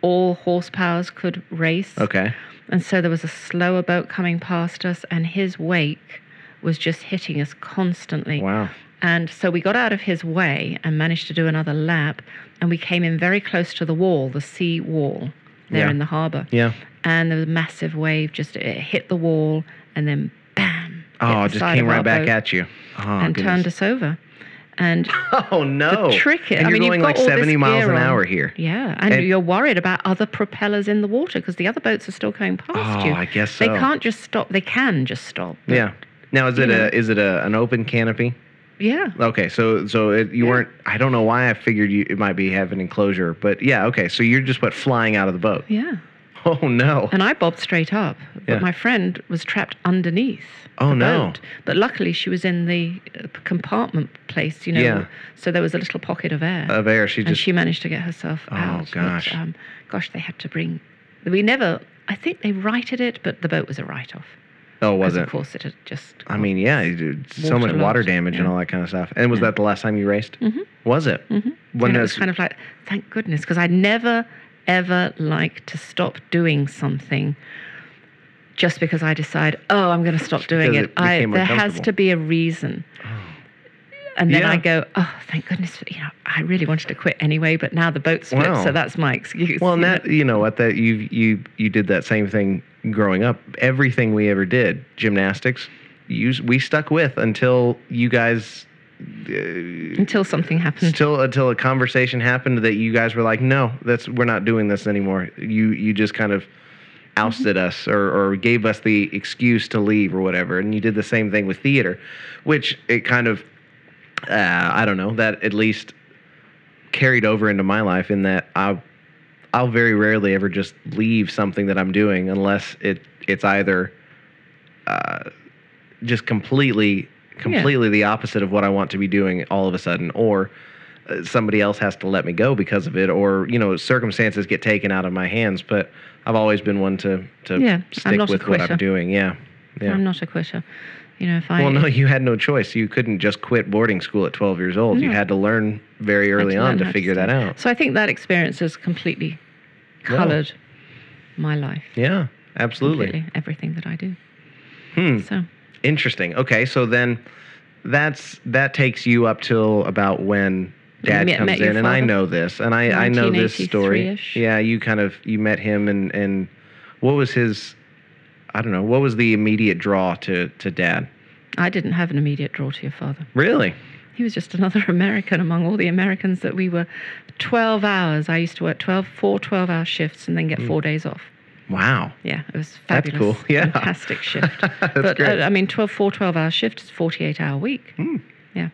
all horsepowers could race.
Okay.
And so there was a slower boat coming past us, and his wake was just hitting us constantly.
Wow.
And so we got out of his way and managed to do another lap, and we came in very close to the wall, the sea wall there
Yeah.
in the harbour
Yeah.
and there was a massive wave just it hit the wall and then bam
Oh,
hit the
it just
side
came
of our
right back
boat
at you. Oh,
and turned
(laughs) goodness.
us over and
Oh no.
trick it
And
I
you're
mean, you've
going
got
like
all this
70 miles
gear
an
on.
hour here.
yeah and,
And-
you're worried about other propellers in the water because the other boats are still going past
Oh,
you
I guess
they
so.
can't just stop they can just stop but-
Yeah. Now is it
Yeah.
a is it a, an open canopy?
yeah
Okay, so so it, you
Yeah.
weren't. I don't know why I figured you it might be have an enclosure, but yeah, okay. So you're just what flying out of the boat.
yeah
(laughs) Oh no!
and I bobbed straight up but
Yeah.
my friend was trapped underneath
Oh,
the
no.
boat. but luckily she was in the uh, compartment place you know
Yeah.
so there was a little pocket of air
Of air, she
and
just.
she managed to get herself
Oh,
out. but,
gosh.
um, gosh, they had to bring. We never. I think they righted it, but the boat was a write-off.
oh, was
'Cause
it?
Of course, it had just.
I mean, yeah, you did so much water
Waterlogged,
damage and
yeah.
all that kind of stuff. And was that the last time you raced? Mm-hmm. Was it? Mm-hmm.
and
When
it was kind of like, thank goodness, because I never, ever like to stop doing something. Just because I decide, oh, I'm going to stop doing
because
it.
it
I,
became
there has
uncomfortable. Oh.
to be a reason. And then
Yeah.
I go, oh, thank goodness, you know, I really wanted to quit anyway, but now the boat's flipped,
Wow.
so that's my excuse.
well, and
you know?
that you know what that you you you did that same thing growing up. Everything we ever did, gymnastics, you we stuck with until you guys
until something happens.
until until a conversation happened that you guys were like, no, that's we're not doing this anymore. You you just kind of ousted us or, or gave us the excuse to leave or whatever. And you did the same thing with theater, which it kind of uh, I don't know that at least carried over into my life in that I I'll very rarely ever just leave something that I'm doing unless it it's either uh, just completely completely the opposite of what I want to be doing all of a sudden or uh, somebody else has to let me go because of it or you know circumstances get taken out of my hands but I've always been one to to
Yeah, I'm
stick
not a
with what I'm
quitter.
doing yeah yeah
I'm not a quitter. You know, if I
well, no, you had no choice. You couldn't just quit boarding school at 12 years old. You
No.
had to learn very
had
early
learn
on to
how
figure that
stand.
out.
So I think that experience has completely
Wow.
coloured my life.
Yeah, absolutely.
Completely everything that I do.
Hmm.
So
Interesting. Okay, so then that's that takes you up till about when dad
Met-
comes
met your
in and I
father?
know this and I I know this story.
1983-ish.
Yeah, you kind of you met him and and what was his I don't know, what was the immediate draw to to dad?
I didn't have an immediate draw to your father.
Really?
he was just another (laughs) American among all the Americans that we were 12 hours. I used to work 12, four 12 hour shifts and then get four days off.
Wow.
Yeah, it was
Hmm. That's
fabulous.
cool. (laughs) Yeah.
Fantastic shift.
(laughs) That's
but
great. Hmm.
uh, I mean, 12, four 12 hour shift is 48 hour week. Yeah.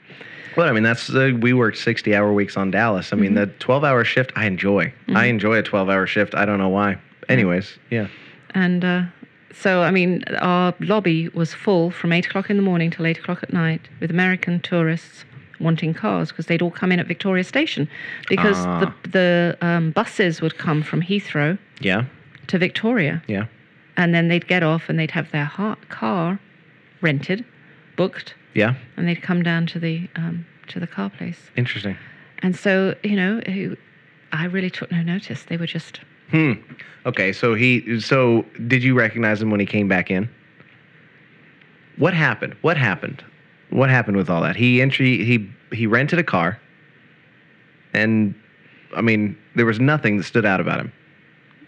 Well, I mean, that's uh, we worked sixty-hour weeks on Dallas. I
Mm-hmm.
mean, the twelve-hour shift I enjoy. I enjoy a twelve-hour shift. I don't know why. Anyways, yeah.
And uh, so, I mean, our lobby was full from eight o'clock in the morning till eight o'clock at night with American tourists wanting cars because they'd all come in at Victoria Station because
Ah.
the, the um, buses would come from Heathrow
Yeah.
to Victoria
Yeah.
and then they'd get off and they'd have their ha- car rented, booked,
Yeah.
and they'd come down to the um, to the car place.
Interesting.
And so, you know, it- I really took no notice. They were just
Hmm. Okay. So he. So did you recognize him when he came back in? What happened? What happened? What happened with all that? He entry. He he rented a car. And, I mean, there was nothing that stood out about him.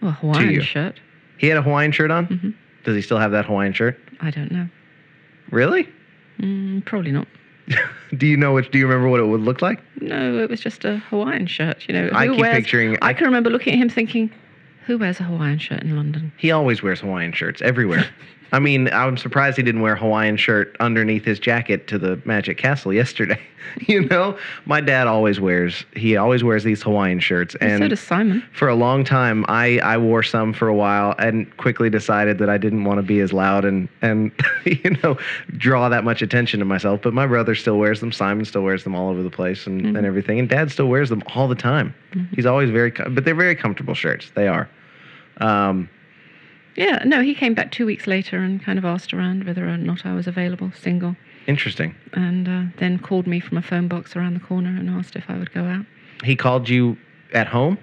well, Hawaiian
you.
shirt.
He had a Hawaiian shirt on.
Mhm.
Does he still have that Hawaiian shirt?
I don't know.
Really?
Mm, probably not.
Do you know which? Do you remember what it would look like?
No, it was just a Hawaiian shirt. You know,
I
who
keep
wears-
picturing-
I can remember looking at him thinking, "Who wears a Hawaiian shirt in London?"
He always wears Hawaiian shirts everywhere. I mean, I'm surprised he didn't wear a Hawaiian shirt underneath his jacket to the Magic Castle yesterday. (laughs) you know, my dad always wears. He always wears these Hawaiian shirts,
And so
and
does Simon.
for a long time, I I wore some for a while, and quickly decided that I didn't want to be as loud and and (laughs) you know draw that much attention to myself. But my brother still wears them. Simon still wears them all over the place, and, and everything. And Dad still wears them all the time. He's always very, com- but they're very comfortable shirts. They are. Um,
Yeah, no, he came back two weeks later and kind of asked around whether or not I was available, single,
Interesting.
and uh, then called me from a phone box around the corner and asked if I would go out.
He called you at home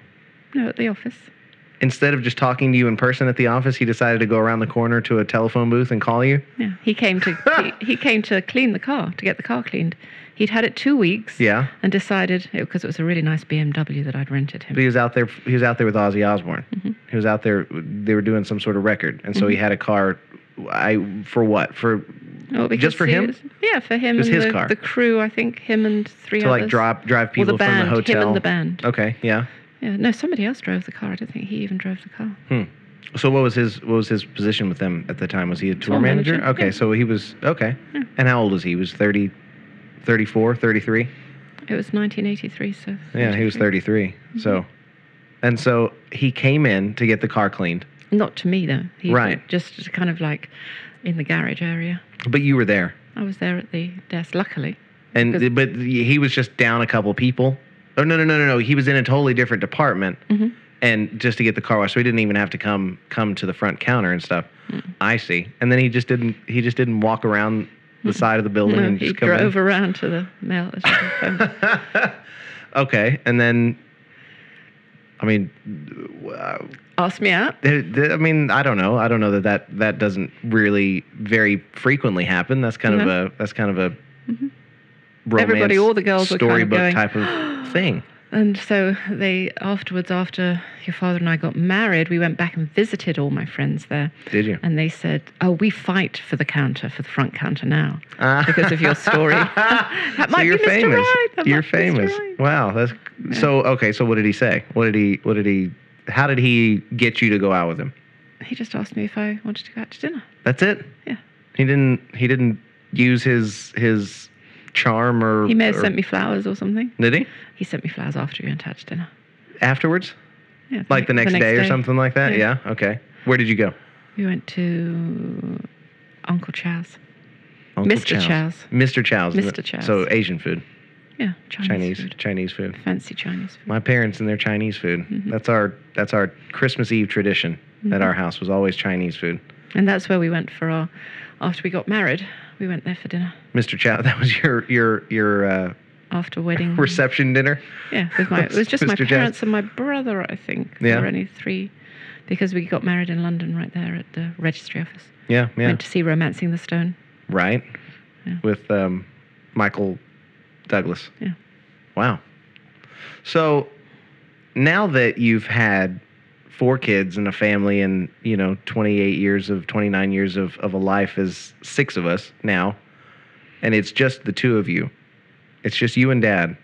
No, at the office.
instead of just talking to you in person at the office. He decided to go around the corner to a telephone booth and call you.
Yeah, he came
(laughs)
to he, he came to clean the car to get the car cleaned. He'd had it two weeks.
Yeah,
And decided because it was a really nice BMW that I'd rented him.
but he was out there. He was out there with Ozzy Osbourne.
Mm-hmm.
He was out there. They were doing some sort of record, and so he had a car. I for what for
Oh, because
Just for
he
him?
was- yeah, for him
Just
and
his
the,
car.
the crew. I think him and three
to
others.
like drop drive
Well,
people
band,
from the hotel.
Him and the band.
Okay, yeah.
Yeah, no, somebody else drove the car. I don't think he even drove the car.
So what was his what was his position with them at the time? Was he a tour
Tour
manager?
manager,
Okay,
yeah.
so he was okay.
Yeah.
And how old was he? He was 30, 34, 33?
It was 1983, so.
Yeah, he was 33.
Mm-hmm.
So, and so he came in to get the car cleaned,
Not to me though. He
Right.
did Just kind of like in the garage area.
but you were there,
I was there at the desk. Luckily, Because-
and but he was just down a couple people. Oh no no no no no! He was in a totally different department,
Mm-hmm.
and just to get the car washed, so he didn't even have to come come to the front counter and stuff.
Mm.
I see. And then he just didn't he just didn't walk around the side of the building
Mm. no,
and
he
just come in.
drove around to the mail. (laughs) to the phone.
(laughs) okay, and then. I mean, uh,
Asked me out.
There- there- I mean, I don't know. I don't know that that, that doesn't really very frequently happen. That's kind
No.
of a that's kind of a romance
Mm-hmm. Everybody, all the girls were kind of
storybook
going,
type
(gasps)
of thing.
And so they afterwards, after your father and I got married, we went back and visited all my friends there.
Did you?
And they said, "Oh, we fight for the counter, for the front counter now,
Ah.
because of your
(laughs)
story." that
so
might
you're
be Mr.
famous.
Right. That
you're
might be Mr.
famous.
Right.
Wow. That's so okay. So what did he say? What did he? What did he? How did he get you to go out with him?
He just asked me if I wanted to go out to dinner.
That's it.
Yeah.
He didn't. He didn't use his his charm or.
He may have
or-
sent me flowers or something.
Did he?
He sent me flowers after we went out to dinner.
Afterwards,
Yeah, I
like
think
the next, day, or something like that.
Yeah.
yeah. Okay. Where did you go?
We went to Uncle Chow's.
Uncle
Mr. Chow's.
Mr. Chow's.
Mr. Chow's.
So Asian food,
Yeah, Chinese,
Chinese,
food.
Chinese food.
fancy Chinese food.
My parents and their Chinese food.
Mm-hmm.
That's our that's our Christmas Eve tradition at our house was always Chinese food.
And that's where we went for our. After we got married, we went there for dinner
Mr. Chow, (laughs) that was your your your uh,
after
(laughs)
wedding.
reception dinner.
Yeah, with my, it was just my
Mr. Jazz.
parents and my brother, I think.
Yeah.
There were only three because we got married in London right there at the registry office.
Yeah, yeah,
Went to see Romancing the Stone.
right.
Yeah.
With um, Michael Douglas.
Yeah.
Wow. So now that you've had four kids and a family and, you know, 28 years of 29 years of, of a life as six of us now, and it's just the two of you, It's just you and dad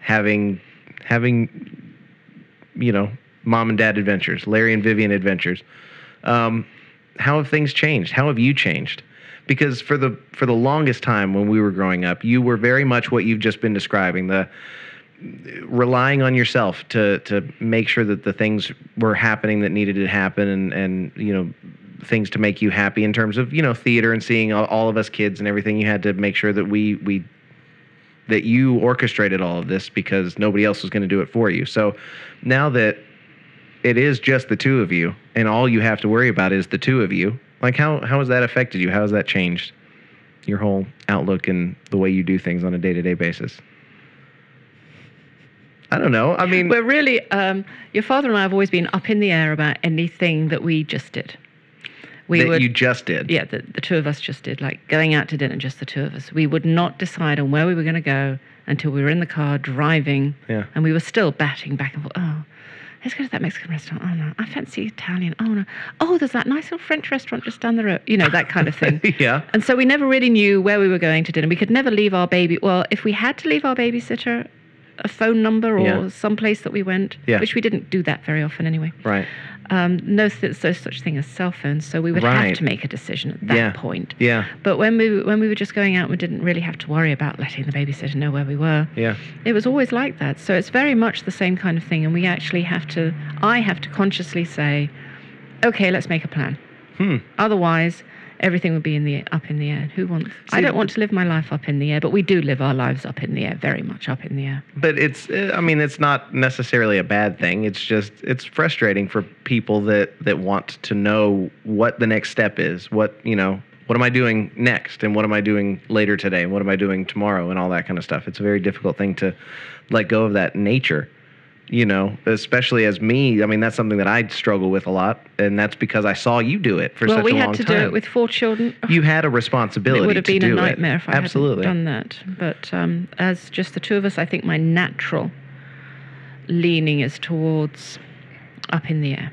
having having you know, mom and dad adventures, Larry and Vivian adventures. Um, how have things changed? How have you changed? Because for the for the longest time when we were growing up, you were very much what you've just been describing, the relying on yourself to to make sure that the things were happening that needed to happen and and you know things to make you happy in terms of you know theater and seeing all, all of us kids and everything you had to make sure that we we that you orchestrated all of this because nobody else was going to do it for you so now that it is just the two of you and all you have to worry about is the two of you like how how has that affected you how has that changed your whole outlook and the way you do things on a day-to-day basis i don't know i mean
We're really, um, your father and I have always been up in the air about anything that we just did. We
that
would,
you just did
yeah, the, the two of us just did, like going out to dinner, just the two of us. We would not decide on where we were going to go until we were in the car driving.
Yeah.
And we were still batting back and forth. Oh, let's go to that Mexican restaurant. Oh, no. I fancy Italian. Oh, no. Oh, there's that nice little French restaurant just down the road. You know, that kind of thing.
(laughs) yeah
And so we never really knew where we were going to dinner. We could never leave our baby. Well, if we had to leave our babysitter a phone number or
Yeah.
someplace that we went,
Yeah.
which we didn't do that very often anyway.
right
Um, no, th- so such thing as cell phones. So we would
Right.
have to make a decision at that
Yeah.
point.
yeah
But when we when we were just going out, we didn't really have to worry about letting the babysitter know where we were.
yeah
It was always like that. So it's very much the same kind of thing. And we actually have to, I have to consciously say, okay, let's make a plan.
Hmm.
Otherwise, everything would be in the up in the air. Who wants? I
See,
don't want to live my life up in the air, but we do live our lives up in the air, very much up in the air.
but it's uh, i mean it's not necessarily a bad thing it's just it's frustrating for people that that want to know what the next step is what you know what am i doing next and what am i doing later today and what am i doing tomorrow and all that kind of stuff it's a very difficult thing to let go of that nature you know especially as me i mean that's something that i struggle with a lot and that's because i saw you do it for
well,
such
we
a long
had to
time
do it with four children.
you had a responsibility
It would have
to
been a
do it.
nightmare if I
absolutely
hadn't done that. But um, as just the two of us, I think my natural leaning is towards up in the air.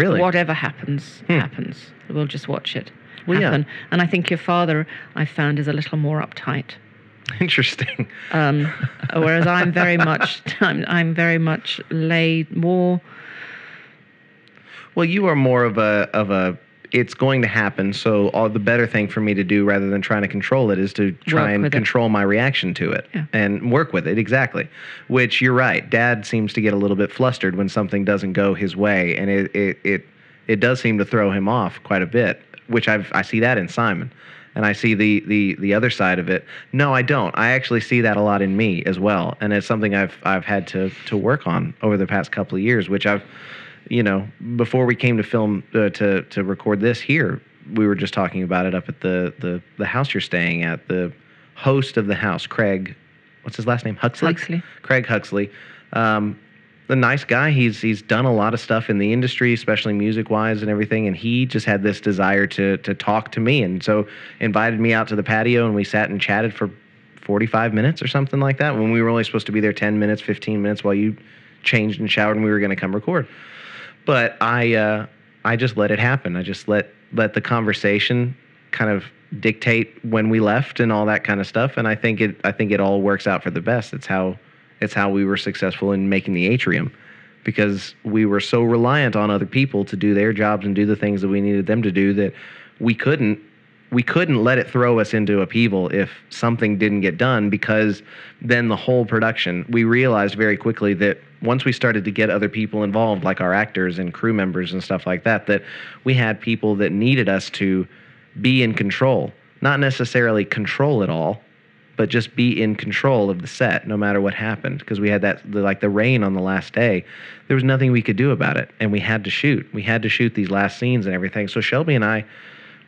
really
Whatever happens,
Hmm.
happens. We'll just watch it
Well, yeah.
happen. And I think your father, I found, is a little more uptight.
(laughs) interesting (laughs)
Um, whereas I'm very much, I'm, I'm very much laid more.
Well, you are more of a of a it's going to happen. So all the better thing for me to do rather than trying to control it is to try
Work
and
with it.
control my reaction to it
Yeah.
and work with it exactly. Which you're right. Dad seems to get a little bit flustered when something doesn't go his way, and it it it, it does seem to throw him off quite a bit. Which I've I see that in Simon. And I see the, the the other side of it. No, I don't. I actually see that a lot in me as well, and it's something I've I've had to to work on over the past couple of years, which I've you know, before we came to film uh, to to record this here, we were just talking about it up at the the the house you're staying at. The host of the house, Craig, what's his last name? Huxley.
Huxley.
Craig Huxley. Um, a nice guy. He's he's done a lot of stuff in the industry, especially music wise and everything. And he just had this desire to to talk to me, and so invited me out to the patio, and we sat and chatted for forty five minutes or something like that. When we were only supposed to be there ten minutes, fifteen minutes, while you changed and showered, and we were going to come record but I uh, I just let it happen. I just let let the conversation kind of dictate when we left and all that kind of stuff. And I think it I think it all works out for the best. It's how it's how we were successful in making the atrium because we were so reliant on other people to do their jobs and do the things that we needed them to do that we couldn't we couldn't let it throw us into upheaval if something didn't get done because then the whole production we realized very quickly that once we started to get other people involved like our actors and crew members and stuff like that that we had people that needed us to be in control not necessarily control it all but just be in control of the set no matter what happened because we had that the, like the rain on the last day there was nothing we could do about it and we had to shoot we had to shoot these last scenes and everything so shelby and i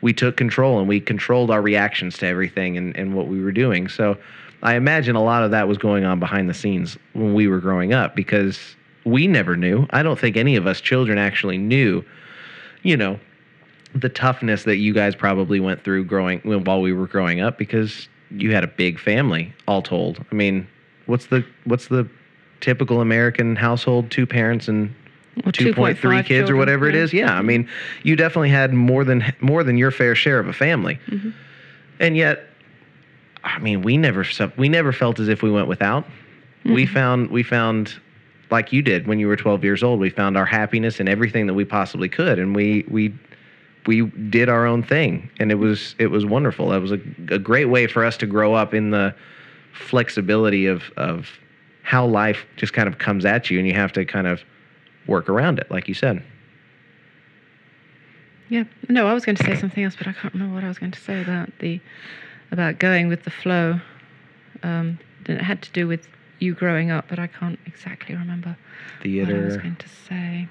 we took control and we controlled our reactions to everything and, and what we were doing so i imagine a lot of that was going on behind the scenes when we were growing up because we never knew i don't think any of us children actually knew you know the toughness that you guys probably went through growing well, while we were growing up because you had a big family all told. I mean, what's the what's the typical American household? Two parents and
Or
2.3
2.5
kids or
children,
whatever it
yeah.
is. Yeah, I mean, you
Mm-hmm.
definitely had more than more than your fair share of a family. And yet I mean, we never sup- we never felt as if we went without.
Mm-hmm.
We found we found like you did when you were 12 years old. We found our happiness in everything that we possibly could, and we we we did our own thing, and it was it was wonderful. That was a, a great way for us to grow up in the flexibility of of how life just kind of comes at you, and you have to kind of work around it, like you said.
Yeah. No, I was going to say something else, but I can't remember what I was going to say about the about going with the flow. Um, it had to do with you growing up, but I can't exactly remember what I was
Theater
going to say.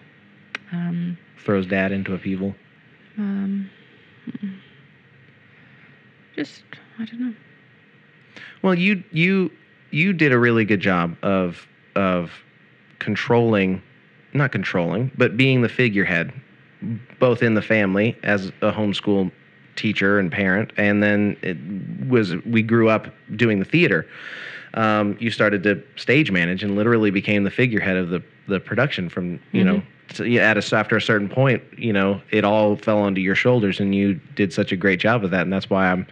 Um,
throws dad into upheaval.
um, mm-mm. just I don't know.
Well, you you you did a really good job of of controlling, not controlling, but being the figurehead, both in the family as a homeschool teacher and parent, and then it was we grew up doing the theater. Um, you started to stage manage and literally became the figurehead of the the production from you know. So yeah, at a, after a certain point, you know, it all fell onto your shoulders, and you did such a great job of that, and that's why I'm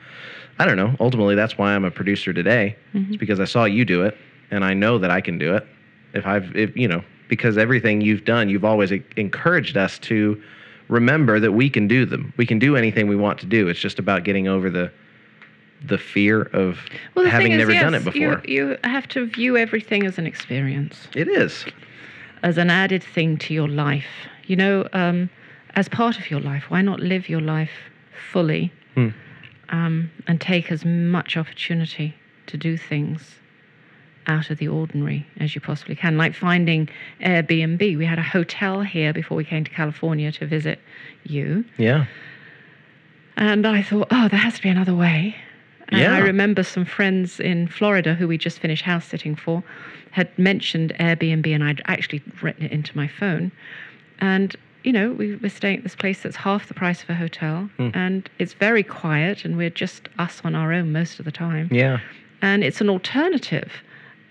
I don't know. Ultimately, that's why I'm a producer today.
Mm-hmm.
It's because I saw you do it, and I know that I can do it. If I've, if you know, because everything you've done, you've always e- encouraged us to remember that we can do them. We can do anything we want to do. It's just about getting over the the fear of
Well, the
having
thing is,
never
yes,
done it before.
You, you have to view everything as an experience,
it is.
as an added thing to your life. You know, um, as part of your life. Why not live your life fully
Hmm.
um, and take as much opportunity to do things out of the ordinary as you possibly can? Like finding Airbnb. We had a hotel here before we came to California to visit you.
Yeah.
And I thought, oh, there has to be another way. And
Yeah.
I remember some friends in Florida who we just finished house sitting for had mentioned Airbnb, and I'd actually written it into my phone. And, you know, we were staying at this place that's half the price of a hotel,
Hmm.
and it's very quiet, and we're just us on our own most of the time.
Yeah.
And it's an alternative.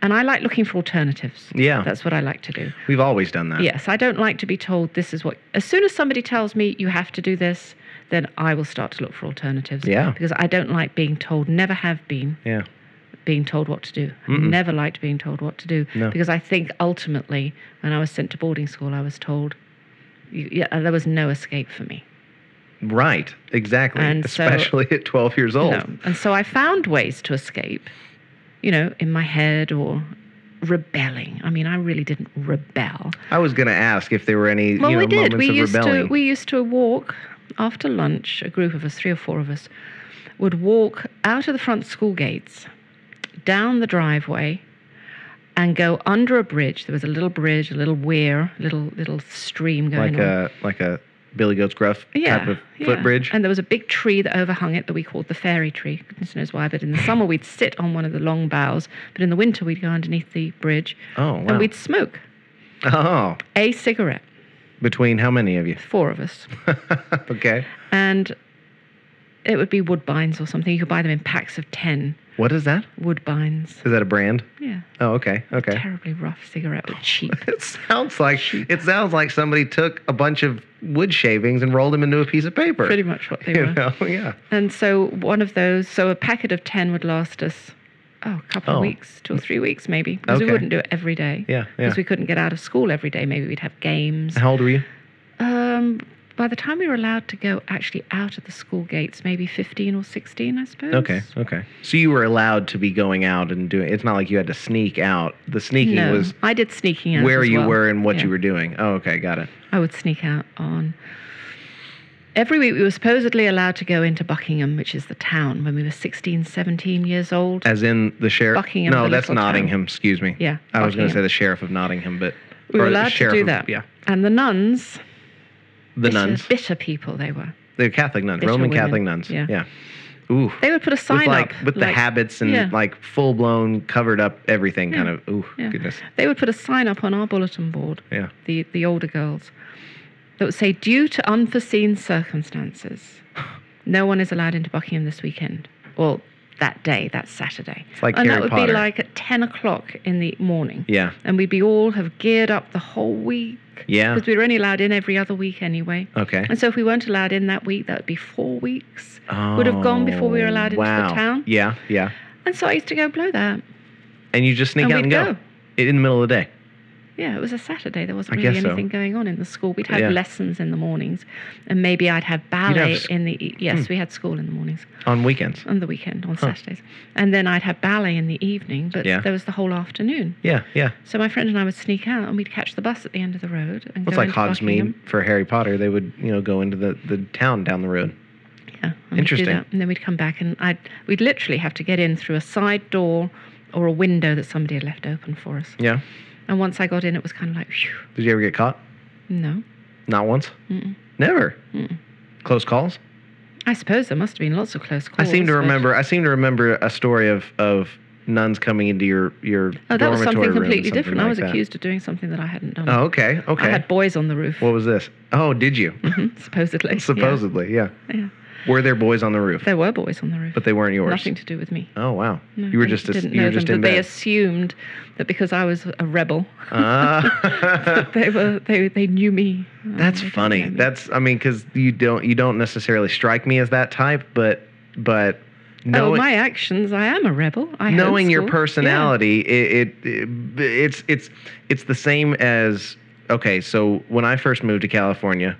And I like looking for alternatives.
Yeah.
That's what I like to do.
We've always done that.
Yes, I don't like to be told this is what. As soon as somebody tells me you have to do this, then I will start to look for alternatives.
Yeah.
Because I don't like being told, never have been
Yeah.
being told what to do. I Never liked being told what to do.
No.
Because I think ultimately, when I was sent to boarding school, I was told, you, yeah, uh, there was no escape for me.
Right. Exactly.
And so-
Especially (laughs) at 12 years old.
No. And so I found ways to escape, you know, in my head or rebelling. I mean, I really didn't rebel.
I was going to ask if there were any
Well,
you know,
we did.
moments
We
of
used
rebelling.
to we used to walk after lunch. A group of us, three or four of us, would walk out of the front school gates, down the driveway, and go under a bridge. There was a little bridge, a little weir, little little stream going
like
on.
a like a Billy Goat's Gruff type of
yeah.
footbridge.
And there was a big tree that overhung it that we called the fairy tree. Goodness knows why, but in the summer we'd sit on one of the long boughs, but in the winter we'd go underneath the bridge
oh wow!
and we'd smoke
oh,
a cigarette,
between how many
(laughs)
of you?
four of us.
okay,
and it would be woodbines or something. You could buy them in packs of 10
what is that?
woodbines.
Is that a brand?
Yeah.
Oh, okay, okay.
Terribly rough cigarette, but cheap.
(laughs) It sounds like it sounds like somebody took a bunch of wood shavings and rolled them into a piece of paper.
Pretty much what they
(laughs) You
were.
know, yeah.
And so one of those, so a packet of 10 would last us, oh, a couple
Oh.
of weeks, two or three weeks maybe, because
Okay.
we wouldn't do it every day.
Yeah, yeah. Uh-huh.
Because we couldn't get out of school every day. Maybe we'd have games.
How old were you?
Um, by the time we were allowed to go actually out of the school gates, maybe 15 or 16, I suppose.
Okay, okay. So you were allowed to be going out and doing. It's not like you had to sneak out. The sneaking
No,
was
I did sneaking out.
where
as
you
well.
were and what
Yeah.
you were doing. Oh, okay, got it.
I would sneak out on. Every week, we were supposedly allowed to go into Buckingham, which is the town, when we were 16, 17 years old.
As in the sheriff.
Buckingham,
No,
the
that's
little town.
Nottingham. Excuse me.
Yeah,
I was going to
Buckingham.
say the sheriff of Nottingham, but
we
or
were
the
allowed to
sheriff
do
of-
that.
Yeah,
And the nuns,
the
bitter,
nuns.
bitter people they were.
They're Catholic nuns,
Bitter
Roman
women.
Catholic nuns. Yeah.
Yeah.
Ooh.
They would put a sign
with like
up
with the
like-
habits and
yeah.
like full blown covered up everything kind
Yeah.
of. Ooh,
Yeah.
goodness.
They would put a sign up on our bulletin board.
Yeah.
The the older girls that would say, "Due to unforeseen circumstances, no one is allowed into Buckingham this weekend." Well, that day, that Saturday.
like
and
Harry
that would
Potter.
be like at ten o'clock in the morning.
Yeah.
and we'd be all have geared up the whole week
Yeah.
because we were only allowed in every other week anyway.
Okay.
And so if we weren't allowed in that week, that would be four weeks. Would have gone before we were allowed into
Oh, wow.
the town.
Yeah, yeah.
And so I used to go blow there.
And you just sneak
And
out and
we'd
go,
go.
in the middle of the day.
Yeah, it was a Saturday. There wasn't
I
really
guess so.
anything going on in the school. We'd have
Yeah.
lessons in the mornings, and maybe I'd have
have Hmm.
ballet
sc-
in the. e- Yes, we had school in the mornings
On weekends.
on the weekend on Saturdays, and then I'd have ballet in the evening. But
Yeah.
there was the whole afternoon.
Yeah, yeah.
So my friend and I would sneak out, and we'd catch the bus at the end of the road and
Well, it's
go
like
into Buckingham.
Hogsmeade for Harry Potter. They would, you know, go into the, the town down the road.
Yeah. and we'd do
Interesting.
that, And then we'd come back and I'd we'd literally have to get in through a side door or a window that somebody had left open for us.
Yeah.
And once I got in, it was kind of like, phew,
Did you ever get caught?
no.
Not once?
Mm-mm.
Never.
Hmm.
Close calls?
I suppose there must have been lots of close calls.
I seem to
but-
remember. I seem to remember a story of of nuns coming into your your
Oh, that was
dormitory
something
room,
completely
something
different. I
like
was
that.
accused of doing something that I hadn't done.
Oh, okay, okay.
I had boys on the roof,
what was this? Oh, did you?
mhm, (laughs) supposedly. (laughs) yeah.
Supposedly, yeah.
Yeah.
Were there boys on the roof?
There were boys on the roof.
But they weren't yours.
Nothing to do with me.
Oh wow,
No,
you were
I
just a,
didn't
you
know
were just
them,
in
but they
bed.
assumed that because I was a rebel,
(laughs)
(laughs)
(laughs) Ah.
they were they, they knew me. Uh,
That's
they didn't
funny.
know me.
That's I mean, because you don't you don't necessarily strike me as that type, but but
oh,
knowing
my actions. I am a rebel. I
knowing your
homeschool.
personality, it, it, it it's it's it's the same as okay. So when I first moved to California,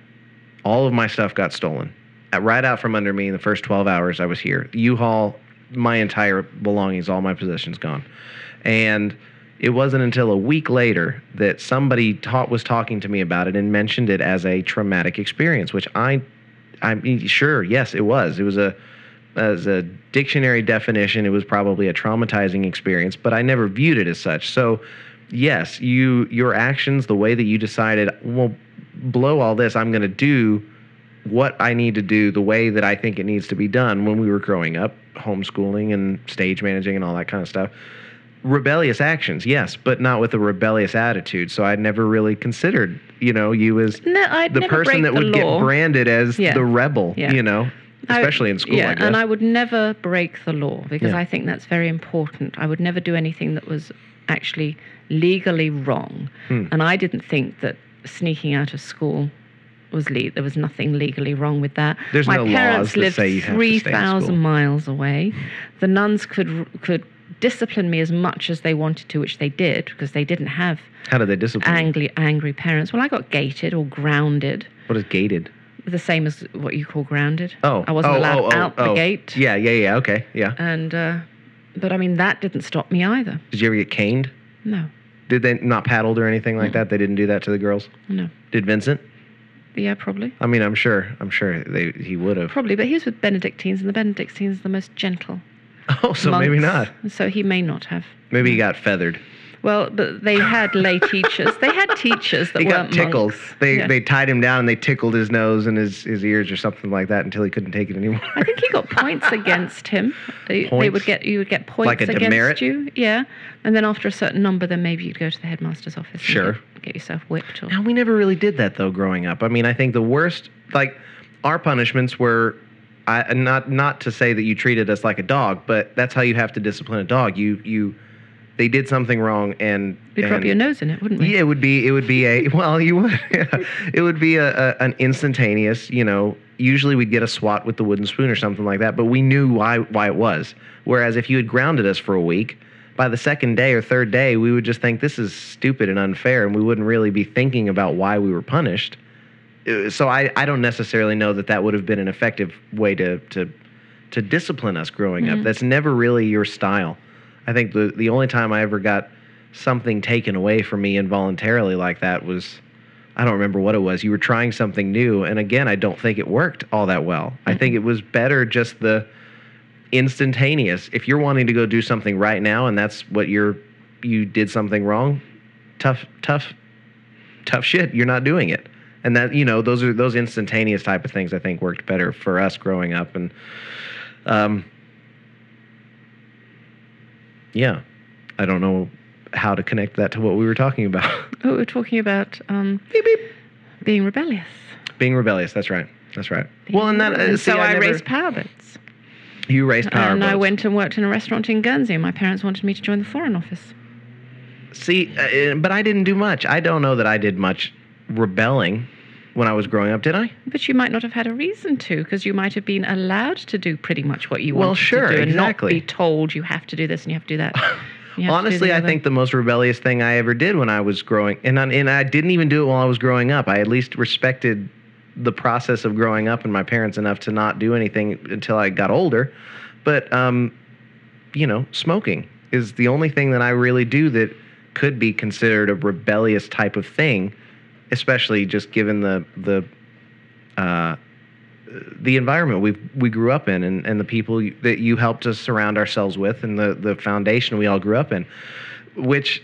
all of my stuff got stolen Uh, right out from under me in the first twelve hours I was here. U-Haul, my entire belongings, all my possessions gone, and. It wasn't until a week later that somebody taught, was talking to me about it and mentioned it as a traumatic experience, which I, I mean, sure, yes, it was. It was a, as a dictionary definition, it was probably a traumatizing experience, but I never viewed it as such. So, yes, you your actions, the way that you decided, well, blow all this, I'm going to do what I need to do the way that I think it needs to be done when we were growing up, homeschooling and stage managing and all that kind of stuff. Rebellious actions, yes, but not with a rebellious attitude. So I never really considered, you know, you as
Yeah. No, I'd
the
never
person
break
that
the
would
law.
get branded as
Yeah.
the rebel,
Yeah.
you know,
I-
especially in school.
Yeah,
I guess.
and I would never break the law because
Yeah.
I think that's very important. I would never do anything that was actually legally wrong,
Hmm.
and I didn't think that sneaking out of school was le- there was nothing legally wrong with that.
There's
My
no laws
parents
that
lived
say you have to stay in
three
school. Hmm.
thousand miles away. The nuns could could discipline me as much as they wanted to, which they did because they didn't have
How do they discipline? you?
angry angry parents. Well, I got gated or grounded.
What is gated?
the same as what you call grounded.
Oh,
I wasn't
oh,
allowed
oh, oh,
out the
oh.
gate.
Yeah, yeah, yeah. Okay, yeah.
And uh, but I mean that didn't stop me either.
Did you ever get caned?
No,
Did they not paddled or anything
Hmm.
like that? They didn't do that to the girls.
no.
Did Vincent?
Yeah, probably,
I mean, I'm sure. I'm sure they he would have. (laughs)
probably. But he was with Benedictines, and the Benedictines are the most gentle.
Oh, so maybe not.
monks, So he may not have.
Maybe he got feathered.
Well, but they had lay teachers.
(laughs)
They had teachers that
He
weren't
got tickled.
monks.
They
Yeah.
they tied him down and they tickled his nose and his, his ears or something like that until he couldn't take it anymore.
I think he got points against him. They, they
Points?
would get you would get points
Like a
against
demerit?
you. Yeah, and then after a certain number, then maybe you'd go to the headmaster's office. and
Sure.
get, get yourself whipped or
Now we never really did that though growing up. I mean, I think the worst like our punishments were I not not to say that you treated us like a dog, but that's how you have to discipline a dog. You you they did something wrong and
we'd rub
and-
your nose in it, wouldn't we?
yeah, it would be it would be a (laughs) well, you would it would be a, a an instantaneous, you know. Usually we'd get a swat with the wooden spoon or something like that, but we knew why why it was. Whereas if you had grounded us for a week, by the second day or third day, we would just think this is stupid and unfair, and we wouldn't really be thinking about why we were punished. Uh, So I I don't necessarily know that that would have been an effective way to to to discipline us growing
Mm-hmm.
up. That's never really your style. I think the the only time I ever got something taken away from me involuntarily like that was I don't remember what it was. You were trying something new and again I don't think it worked all that well. I think it was better just the instantaneous. If you're wanting to go do something right now and that's what you're you did something wrong, tough tough tough shit. You're not doing it. And that, you know, those are those instantaneous type of things I think worked better for us growing up and um yeah. I don't know how to connect that to what we were talking about.
(laughs) Oh, we we're talking about um, being rebellious.
Being rebellious, that's right. That's right. Well, and that uh,
And
see,
so I,
never-
raised power boats.
you raised power
and I
boats.
went and worked in a restaurant in Guernsey, and my parents wanted me to join the Foreign Office.
uh, See, uh, but I didn't do much. I don't know that I did much rebelling. when I was growing up, did I?
But you might not have had a reason to, because you might have been allowed to do pretty much what you
Well,
wanted
sure,
to do, and
exactly.
not be told you have to do this and you have to
(laughs)
do that. You have to do
Honestly,
the
I
other.
think the most rebellious thing I ever did when I was growing, and I, and I didn't even do it while I was growing up. I at least respected the process of growing up and my parents enough to not do anything until I got older. But um, you know, smoking is the only thing that I really do that could be considered a rebellious type of thing, especially just given the the uh, the environment we we grew up in and, and the people you, that you helped us surround ourselves with and the, the foundation we all grew up in, which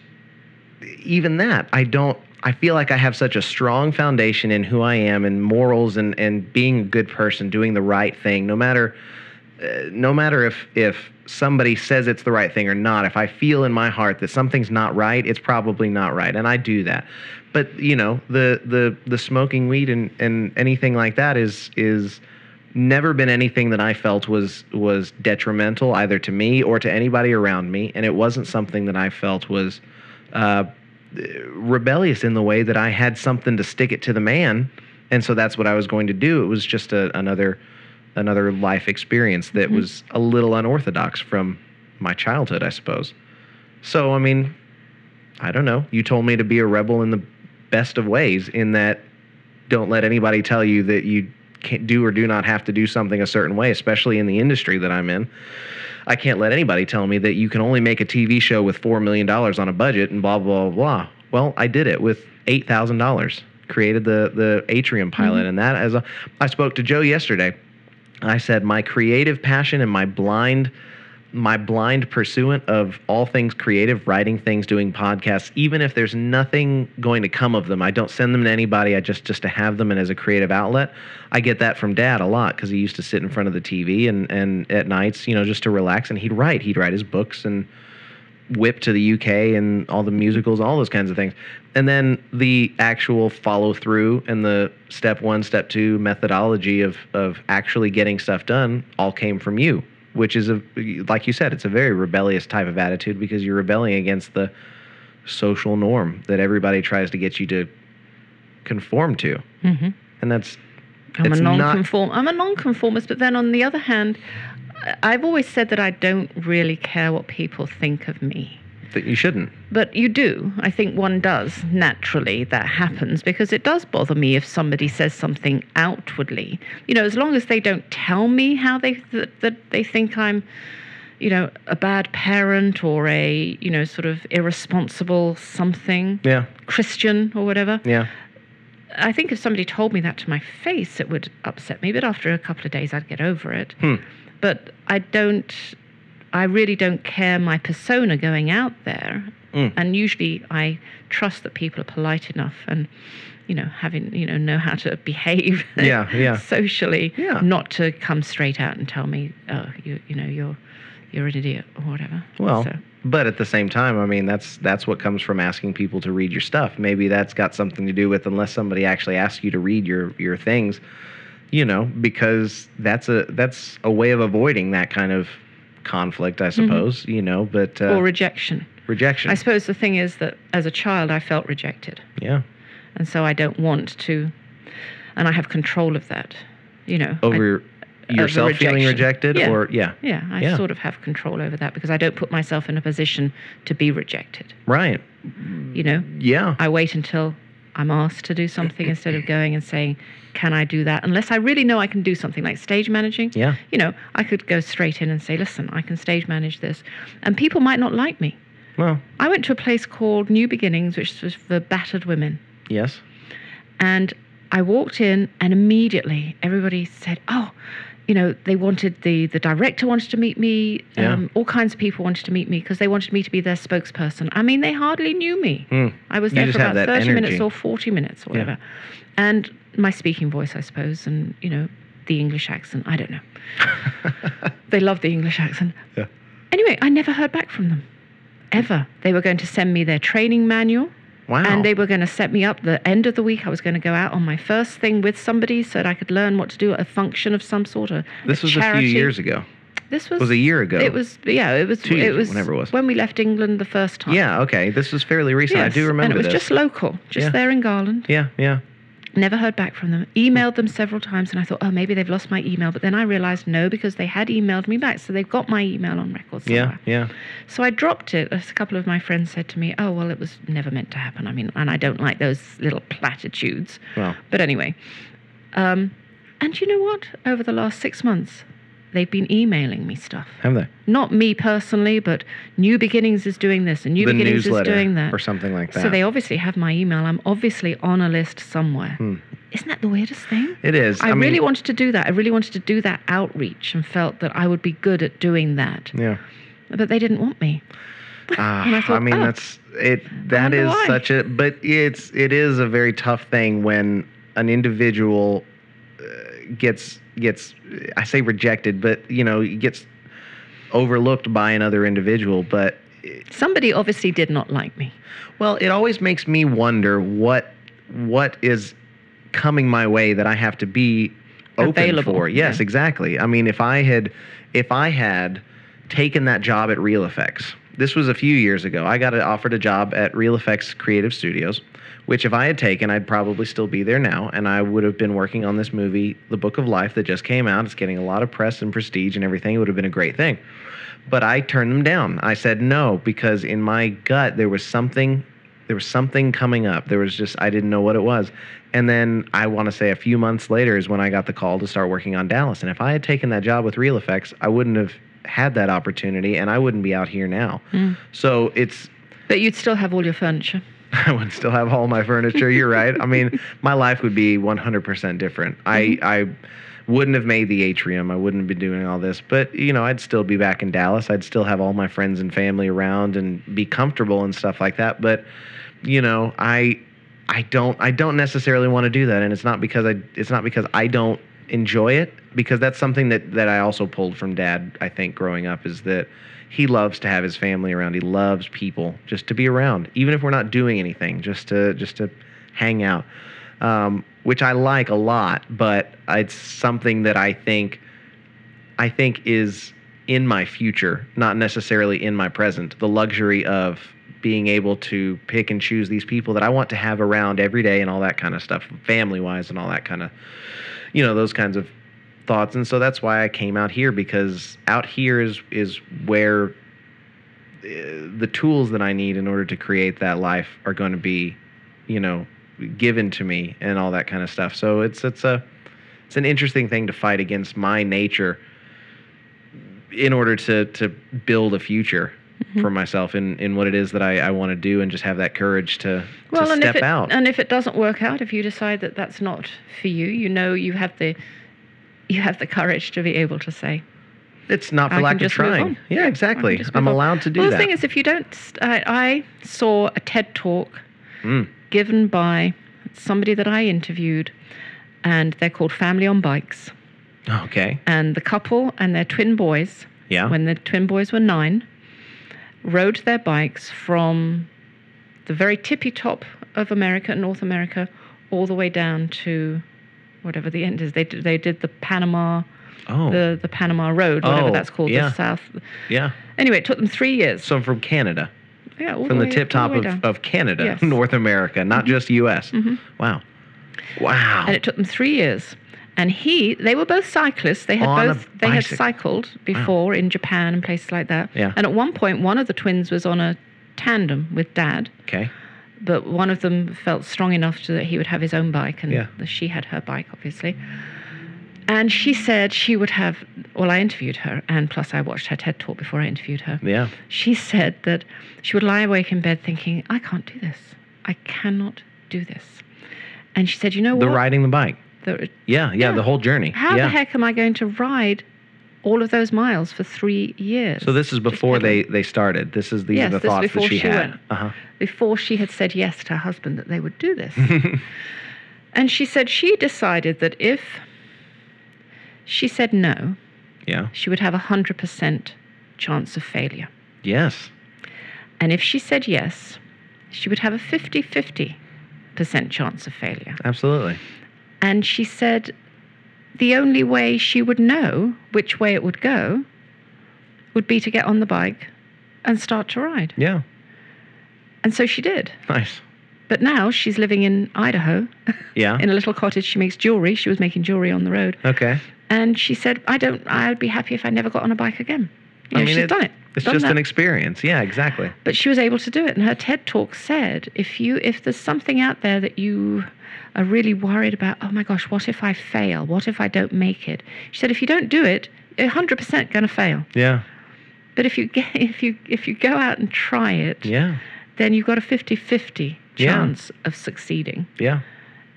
even that I don't I feel like I have such a strong foundation in who I am and morals and and being a good person, doing the right thing, no matter uh, no matter if if somebody says it's the right thing or not if i feel in my heart that something's not right it's probably not right and i do that but you know the the the smoking weed and and anything like that is is never been anything that i felt was was detrimental either to me or to anybody around me and it wasn't something that i felt was uh rebellious in the way that I had something to stick it to the man, and so that's what I was going to do. It was just a, another another life experience that was a little unorthodox from my childhood, I suppose. So I mean, I don't know. You told me to be a rebel in the best of ways, in that don't let anybody tell you that you can't do or do not have to do something a certain way, especially in the industry that I'm in. I can't let anybody tell me that you can only make a TV show with $4 million on a budget and blah, blah, blah, blah. Well, I did it with $8,000, created the, the Atrium pilot. And that, as a, I spoke to Joe yesterday, I said, my creative passion and my blind my blind pursuit of all things creative, writing things, doing podcasts, even if there's nothing going to come of them. I don't send them to anybody. I just just to have them and as a creative outlet. I get that from dad a lot because he used to sit in front of the TV and and at nights, you know, just to relax and he'd write. He'd write his books and whip to the UK and all the musicals, all those kinds of things. And then the actual follow through and the step one, step two methodology of of actually getting stuff done all came from you, which is a like you said, it's a very rebellious type of attitude because you're rebelling against the social norm that everybody tries to get you to conform to. Mm-hmm. And that's
I'm a
it's not
non-conform. I'm a non-conformist, but then on the other hand, I- I've always said that I don't really care what people think of me.
that you shouldn't.
But you do. I think one does naturally. That happens because it does bother me if somebody says something outwardly. You know, as long as they don't tell me how they th- that they think I'm, you know, a bad parent or a you know sort of irresponsible something,
Yeah.
Christian or whatever.
Yeah.
I think if somebody told me that to my face, it would upset me. But after a couple of days, I'd get over it.
Hmm.
But I don't. I really don't care my persona going out there.
Mm.
And usually, I trust that people are polite enough and, you know, having you know know how to behave.
(laughs) Yeah, yeah.
(laughs) Socially,
Yeah.
Not to come straight out and tell me, oh, you you know you're you're an idiot or whatever.
Well,
So-
but at the same time, I mean that's that's what comes from asking people to read your stuff. Maybe that's got something to do with unless somebody actually asks you to read your your things, you know, because that's a that's a way of avoiding that kind of conflict, I suppose, you know, but uh,
or rejection.
rejection.
Mm-hmm. I suppose the thing is that as a child, I felt rejected.
yeah.
and so I don't want to, and I have control of that, you know. I- uh,
Over yourself feeling
rejection.
rejected
Yeah.
or yeah.
yeah, I
yeah.
sort of have control over that because I don't put myself in a position to be rejected,
Right.
you know.
Yeah.
I wait until I'm asked to do something instead of going and saying, "Can I do that?" Unless I really know I can do something like stage managing.
Yeah.
You know, I could go straight in and say, "Listen, I can stage manage this," and people might not like me.
well,
I went to a place called New Beginnings, which was for battered women.
yes.
And I walked in, and immediately everybody said, "Oh, you know, they wanted the the director wanted to meet me. Um,
Yeah.
all kinds of people wanted to meet me because they wanted me to be their spokesperson. I mean, they hardly knew me.
Hmm.
I was
You
there
just
for
have
about
that
thirty minutes
energy.
or forty minutes, or whatever, and my speaking voice, I suppose, and you know, the English accent. I don't know.
(laughs)
they love the English accent.
Yeah.
Anyway, I never heard back from them, ever. They were going to send me their training manual.
Wow.
And they were going to set me up the end of the week. I was going to go out on my first thing with somebody so that I could learn what to do at a function of some sort. A,
this
a
was
charity.
a few years ago.
This was,
was a year ago.
It was yeah. It was
Two years
it
ago,
was
whenever it was.
when we left England the first time.
Yeah, okay. This was fairly recent. I
Yes,
do remember
And it was
this.
just local, just
Yeah.
there in Garland.
yeah, yeah.
Never heard back from them. Emailed them several times, and I thought, oh, maybe they've lost my email. But then I realized no, because they had emailed me back, so they've got my email on record
Yeah,
somewhere.
yeah.
So I dropped it. As a couple of my friends said to me, "Oh, well, it was never meant to happen." I mean, and I don't like those little platitudes.
Well,
But anyway, um, and you know what? Over the last six months, they've been emailing me stuff.
have they?
Not me personally, but New Beginnings is doing this, and New
the
Beginnings is
newsletter
doing that.
or something like that.
So they obviously have my email. I'm obviously on a list somewhere.
Hmm.
Isn't that the weirdest thing?
It is.
I,
mean,
really wanted to do that. I really wanted to do that outreach and felt that I would be good at doing that.
Yeah.
But they didn't want me.
Ah,
And (laughs) I
I,
thought,
mean,
oh,
that's it. That
wonder
is
why.
such a, but it's it is a very tough thing when an individual uh, gets gets I say rejected, but you know gets overlooked by another individual. But
Somebody obviously did not like me.
well, it always makes me wonder what what is coming my way that I have to be open
Available,
for. Yes,
yeah.
exactly. I mean, if I had if I had taken that job at Real Effects, this was a few years ago. I got offered a job at Real Effects Creative Studios, which if I had taken, I'd probably still be there now, and I would have been working on this movie, The Book of Life, that just came out. It's getting a lot of press and prestige and everything. It would have been a great thing. But I turned them down. I said no because in my gut there was something there was something coming up. There was just I didn't know what it was. And then I want to say a few months later is when I got the call to start working on Dallas. And if I had taken that job with Real Effects, I wouldn't have had that opportunity and I wouldn't be out here now. So it's
But you'd still have all your furniture.
(laughs) I would still have all my furniture. You're right. I mean, my life would be 100% different. I I wouldn't have made the atrium. I wouldn't be doing all this. But you know, I'd still be back in Dallas. I'd still have all my friends and family around and be comfortable and stuff like that. But you know, I I don't I don't necessarily want to do that. And it's not because I it's not because I don't enjoy it because that's something that that I also pulled from dad I think growing up is that he loves to have his family around he loves people just to be around even if we're not doing anything just to just to hang out um, which I like a lot but it's something that I think I think is in my future, not necessarily in my present. The luxury of being able to pick and choose these people that I want to have around every day and all that kind of stuff, family wise and all that kind of, you know, those kinds of thoughts. And so that's why I came out here because out here is is where uh, the tools that I need in order to create that life are going to be, you know, given to me and all that kind of stuff. So it's it's a it's an interesting thing to fight against my nature in order to to build a future
Mm-hmm.
for myself in in what it is that I, I want to do and just have that courage to, to
and
step
if it,
out.
and if it doesn't work out, if you decide that that's not for you, you know you have the you have the courage to be able to say.
it's not for
I can
lack of
just move
trying.
on.
Yeah, exactly.
just move
I'm
on.
allowed to do
well,
that.
the thing is, if you don't, st- I, I saw a TED talk
Mm.
given by somebody that I interviewed, and they're called Family on Bikes,
okay.
and the couple and their twin boys.
Yeah.
when the twin boys were nine, rode their bikes from the very tippy top of America, North America, all the way down to whatever the end is. They did, they did the Panama,
oh.
the, the Panama Road, whatever
Oh,
that's called,
yeah.
the South.
yeah.
Anyway, it took them three years.
So from Canada,
yeah, all
from the
way-
tip
all
top
way
of,
down.
of Canada, (laughs)
Yes. Mm-hmm.
North America, not just US. Wow. Wow.
and it took them three years. And he, they were both cyclists. They had
On a
both, they had
bicycle.
cycled before in Japan and places like that.
Yeah.
And at one point, one of the twins was on a tandem with dad.
okay.
but one of them felt strong enough so that he would have his own bike, and
Yeah.
she had her bike, obviously. And she said she would have. Well, I interviewed her, and plus I watched her TED talk before I interviewed her.
Yeah.
She said that she would lie awake in bed thinking, "I can't do this. I cannot do this." And she said, "You know
The
what?
riding the bike.
The-
Yeah, yeah,
Yeah.
the whole journey.
how
yeah.
the heck am I going to ride all of those miles for three years?"
So this is before they they started. This is these
Yes,
are the
this is
thoughts that
before
she,
she
had.
went.
Uh-huh.
before she had said yes to her husband that they would do
(laughs)
this. and she said she decided that if she said no,
Yeah.
she would have a 100% chance of failure.
Yes.
And if she said yes, she would have a 50 50% chance of failure.
Absolutely.
And she said the only way she would know which way it would go would be to get on the bike and start to ride.
Yeah.
And so she did.
Nice.
But now she's living in Idaho
Yeah.
in a little cottage. She makes jewelry. She was making jewelry on the road.
Okay.
And she said, I don't, I'd be happy if I never got on a bike again. You know, she's
it-
done it.
It's
done
just
that.
an experience. Yeah, exactly.
but she was able to do it and her ted talk said if you if there's something out there that you are really worried about oh my gosh what if i fail what if i don't make it she said if you don't do it you're 100% going to fail
Yeah.
but if you get (laughs) if you if you go out and try it
Yeah.
then you've got a 50-50
Yeah.
chance of succeeding
Yeah.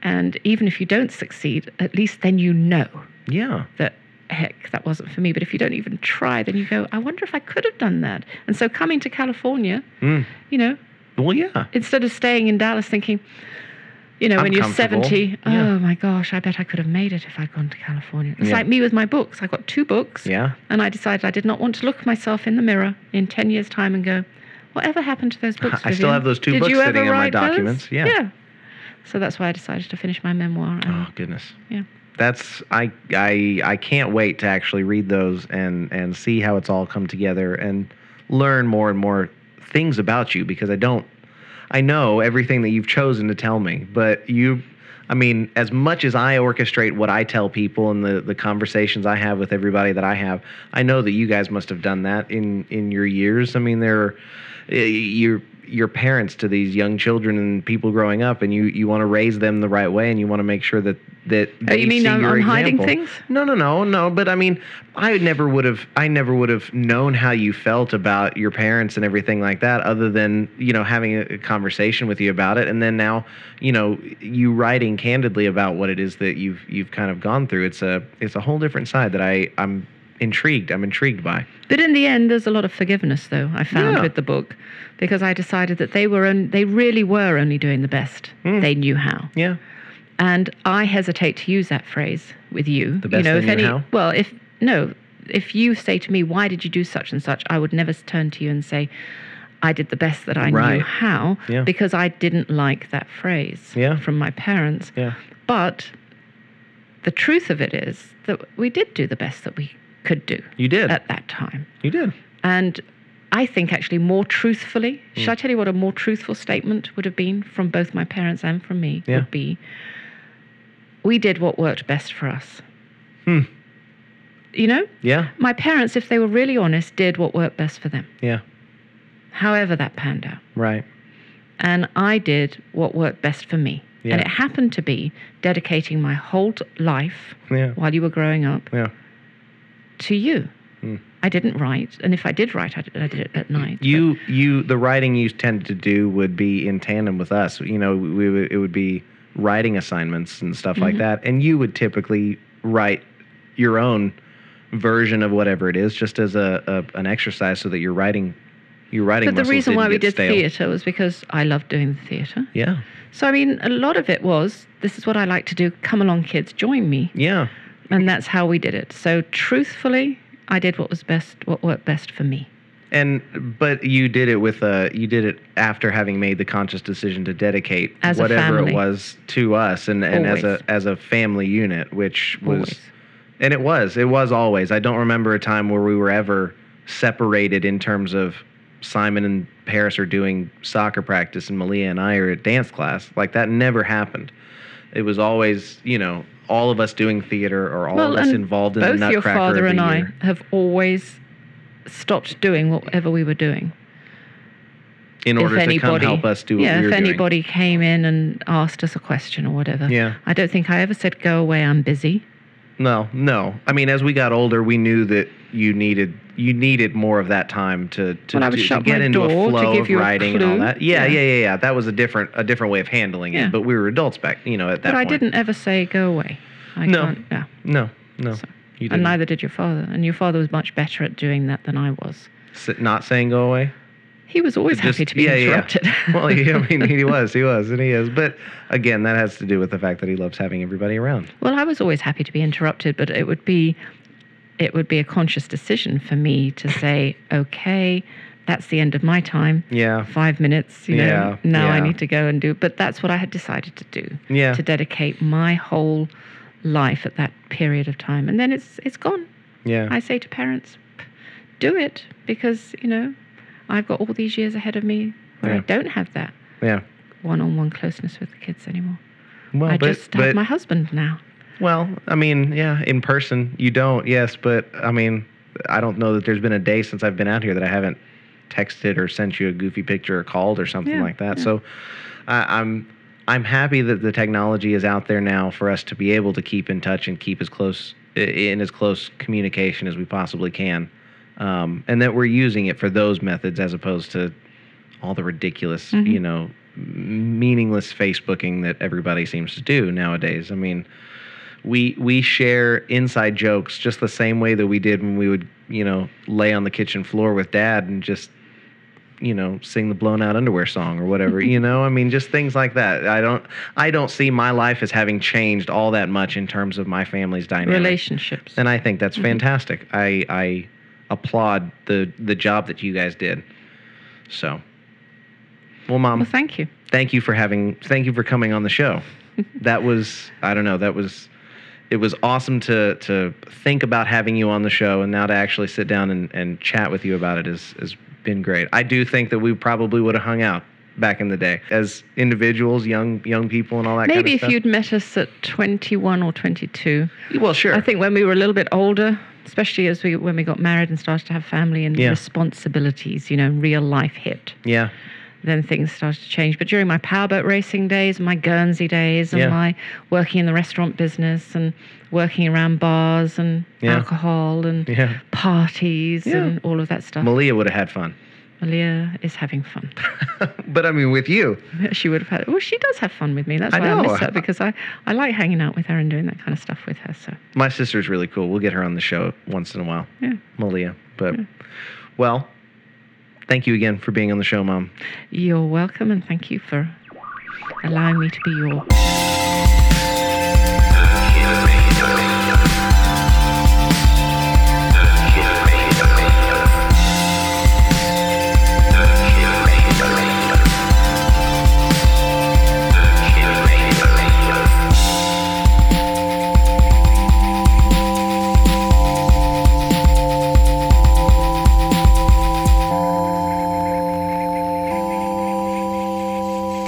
and even if you don't succeed at least then you know
Yeah.
that heck that wasn't for me but if you don't even try then you go i wonder if i could have done that and so coming to california
Mm.
you know
Well, yeah.
instead of staying in Dallas thinking, you know,
I'm
when you're
comfortable.
70,
Yeah.
oh my gosh, I bet I could have made it if I'd gone to California. It's
Yeah.
like me with my books. I got two books,
Yeah.
and I decided I did not want to look myself in the mirror in 10 years' time and go, whatever happened to those books?
I still
Vivian?
have those two
did
books
you ever
sitting in my
write those?"
documents, yeah.
Yeah. So that's why I decided to finish my memoir. And
Oh goodness.
Yeah.
That's I I I can't wait to actually read those and and see how it's all come together and learn more and more things about you because I don't I know everything that you've chosen to tell me, but you I mean, as much as I orchestrate what I tell people and the, the conversations I have with everybody that I have, I know that you guys must have done that in, in your years. I mean, there are, y- you're your parents to these young children and people growing up, and you, you want to raise them the right way, and you want to make sure that that
Oh, you
they
mean
see
I'm-
your
I'm hiding
example.
things?
No, no, no, no. But I mean, I never would have. I never would have known how you felt about your parents and everything like that, other than you know having a, a conversation with you about it, and then now, you know, you writing candidly about what it is that you've you've kind of gone through. It's a it's a whole different side that I I'm intrigued. I'm intrigued by.
But in the end, there's a lot of forgiveness, though, I found
Yeah.
with the book, because I decided that they were, on, they really were only doing the best
Hmm.
they knew how.
Yeah.
And I hesitate to use that phrase with you.
The best
you know,
thing
if
you
any,
know?
well, if no, if you say to me, "Why did you do such and such?" I would never s- turn to you and say, "I did the best that I
Right.
knew how,"
Yeah.
because I didn't like that phrase
Yeah.
from my parents.
Yeah.
But the truth of it is that we did do the best that we could do
You did.
at that time,
you did.
and. I think actually more truthfully,
Hmm.
should I tell you what a more truthful statement would have been from both my parents and from me?
Yeah.
Would be, we did what worked best for us.
Hmm.
You know,
Yeah.
my parents, if they were really honest, did what worked best for them,
Yeah.
however that panned out.
Right.
And I did what worked best for me.
Yeah.
And it happened to be dedicating my whole t- life
Yeah.
while you were growing up
Yeah. Hmm.
to you. I didn't write. And if I did write, I did, I did it at night. but-
You you the writing you tended to do would be in tandem with us. You know, we would- it would be writing assignments and stuff
Mm-hmm.
like that, and you would typically write your own version of whatever it is, just as a, a an exercise, so that your writing your writing.
But the
muscles
reason
didn't
why we
get
did
stale.
theatre was because I loved doing the theatre.
Yeah,
So, I mean, a lot of it was this is what I like to do. Come along, kids, join me.
yeah,
and that's how we did it. So truthfully, I did what was best, what worked best for me.
and but you did it with uh you did it after having made the conscious decision to dedicate
As a
whatever it
family.
was to us and and as
Always.
a as a family unit, which was.
Always.
And it was. It was always. I don't remember a time where we were ever separated in terms of Simon and Paris are doing soccer practice and Malia and I are at dance class. Like that never happened. It was always, you know, all of us doing theater or all of us
and
involved in the
both
Nutcracker
your father
of the
and I
year.
have always stopped doing whatever we were doing.
in order
if
to come
anybody,
help us do what
yeah,
we were
if
doing.
anybody came in and asked us a question or whatever.
Yeah.
I don't think I ever said go away. I'm busy.
No, no. I mean, as we got older, we knew that you needed you needed more of that time to to,
Well, I would
to, to
shut
get
my
into
door
a
to
flow
give
of
you a
writing and all
clue.
that. Yeah, yeah,
Yeah.
yeah, yeah, That was a different a different way of handling
Yeah.
it. But we were adults back, you know, at that.
but I
point.
didn't ever say go away. I
No.
can't. Yeah.
No, no.
So-
you didn't.
And neither did your father. And your father was much better at doing that than I was.
S- not saying go away.
He was always
Just-
happy to be
yeah, yeah.
interrupted.
(laughs) well, yeah, I mean, he was, he was, and he is. But again, that has to do with the fact that he loves having everybody around.
(laughs) Well, I was always happy to be interrupted, but it would be it would be a conscious decision for me to say, okay, that's the end of my time.
Yeah,
Five minutes, you know,
Yeah,
now I
yeah.
need to go and do. But that's what I had decided to do.
Yeah.
To dedicate my whole life at that period of time. And then it's it's gone.
yeah.
I say to parents, "P- do it because, you know, I've got all these years ahead of me where
Yeah.
I don't have that.
Yeah.
one-on-one closeness with the kids anymore.
Well,
I
but,
just
but
have my husband now.
well, I mean, yeah, in person you don't, yes, but I mean, I don't know that there's been a day since I've been out here that I haven't texted or sent you a goofy picture or called or something
Yeah,
like that. So, I, I'm I'm happy that the technology is out there now for us to be able to keep in touch and keep as close i- in as close communication as we possibly can, um, and that we're using it for those methods as opposed to all the ridiculous, you know, m- meaningless Facebooking that everybody seems to do nowadays. I mean, we we share inside jokes just the same way that we did when we would, you know, lay on the kitchen floor with dad and just you know, sing the blown out underwear song or whatever, you know? I mean, just things like that. I don't I don't see my life as having changed all that much in terms of my family's dynamic.
Relationships.
And I think that's
Mm-hmm.
fantastic. I I applaud the the job that you guys did. So, well, mom,
Well, thank you.
thank you for having thank you for coming on the
(laughs)
show. that was I don't know that was it was awesome to to think about having you on the show and now to actually sit down and, and chat with you about it has has been great. I do think that we probably would have hung out back in the day as individuals, young young people, and all that.
Maybe
kind of
if you'd met us at 21 or 22,
you'd well sure
I think when we were a little bit older, especially as we when we got married and started to have family and
Yeah.
responsibilities, you know, real life hit,
yeah
then things started to change. But during my powerboat racing days, my Guernsey days, and
Yeah.
my working in the restaurant business and working around bars and
Yeah.
alcohol and
yeah.
parties
Yeah.
and all of that stuff,
Malia would have had fun,
Malia is having fun. (laughs)
but I mean with you.
she would have had. Well, she does have fun with me. That's
I
why I,
know.
miss her because I, I like hanging out with her and doing that kind of stuff with her. So
My sister's really cool. We'll get her on the show once in a while.
Yeah.
Malia. But well, thank you again for being on the show, Mom.
you're welcome and thank you for allowing me to be your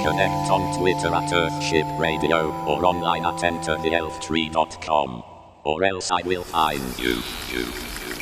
Connect on Twitter at Earthship Radio or online at entertheelftree.com. Or else I will find you. you, you.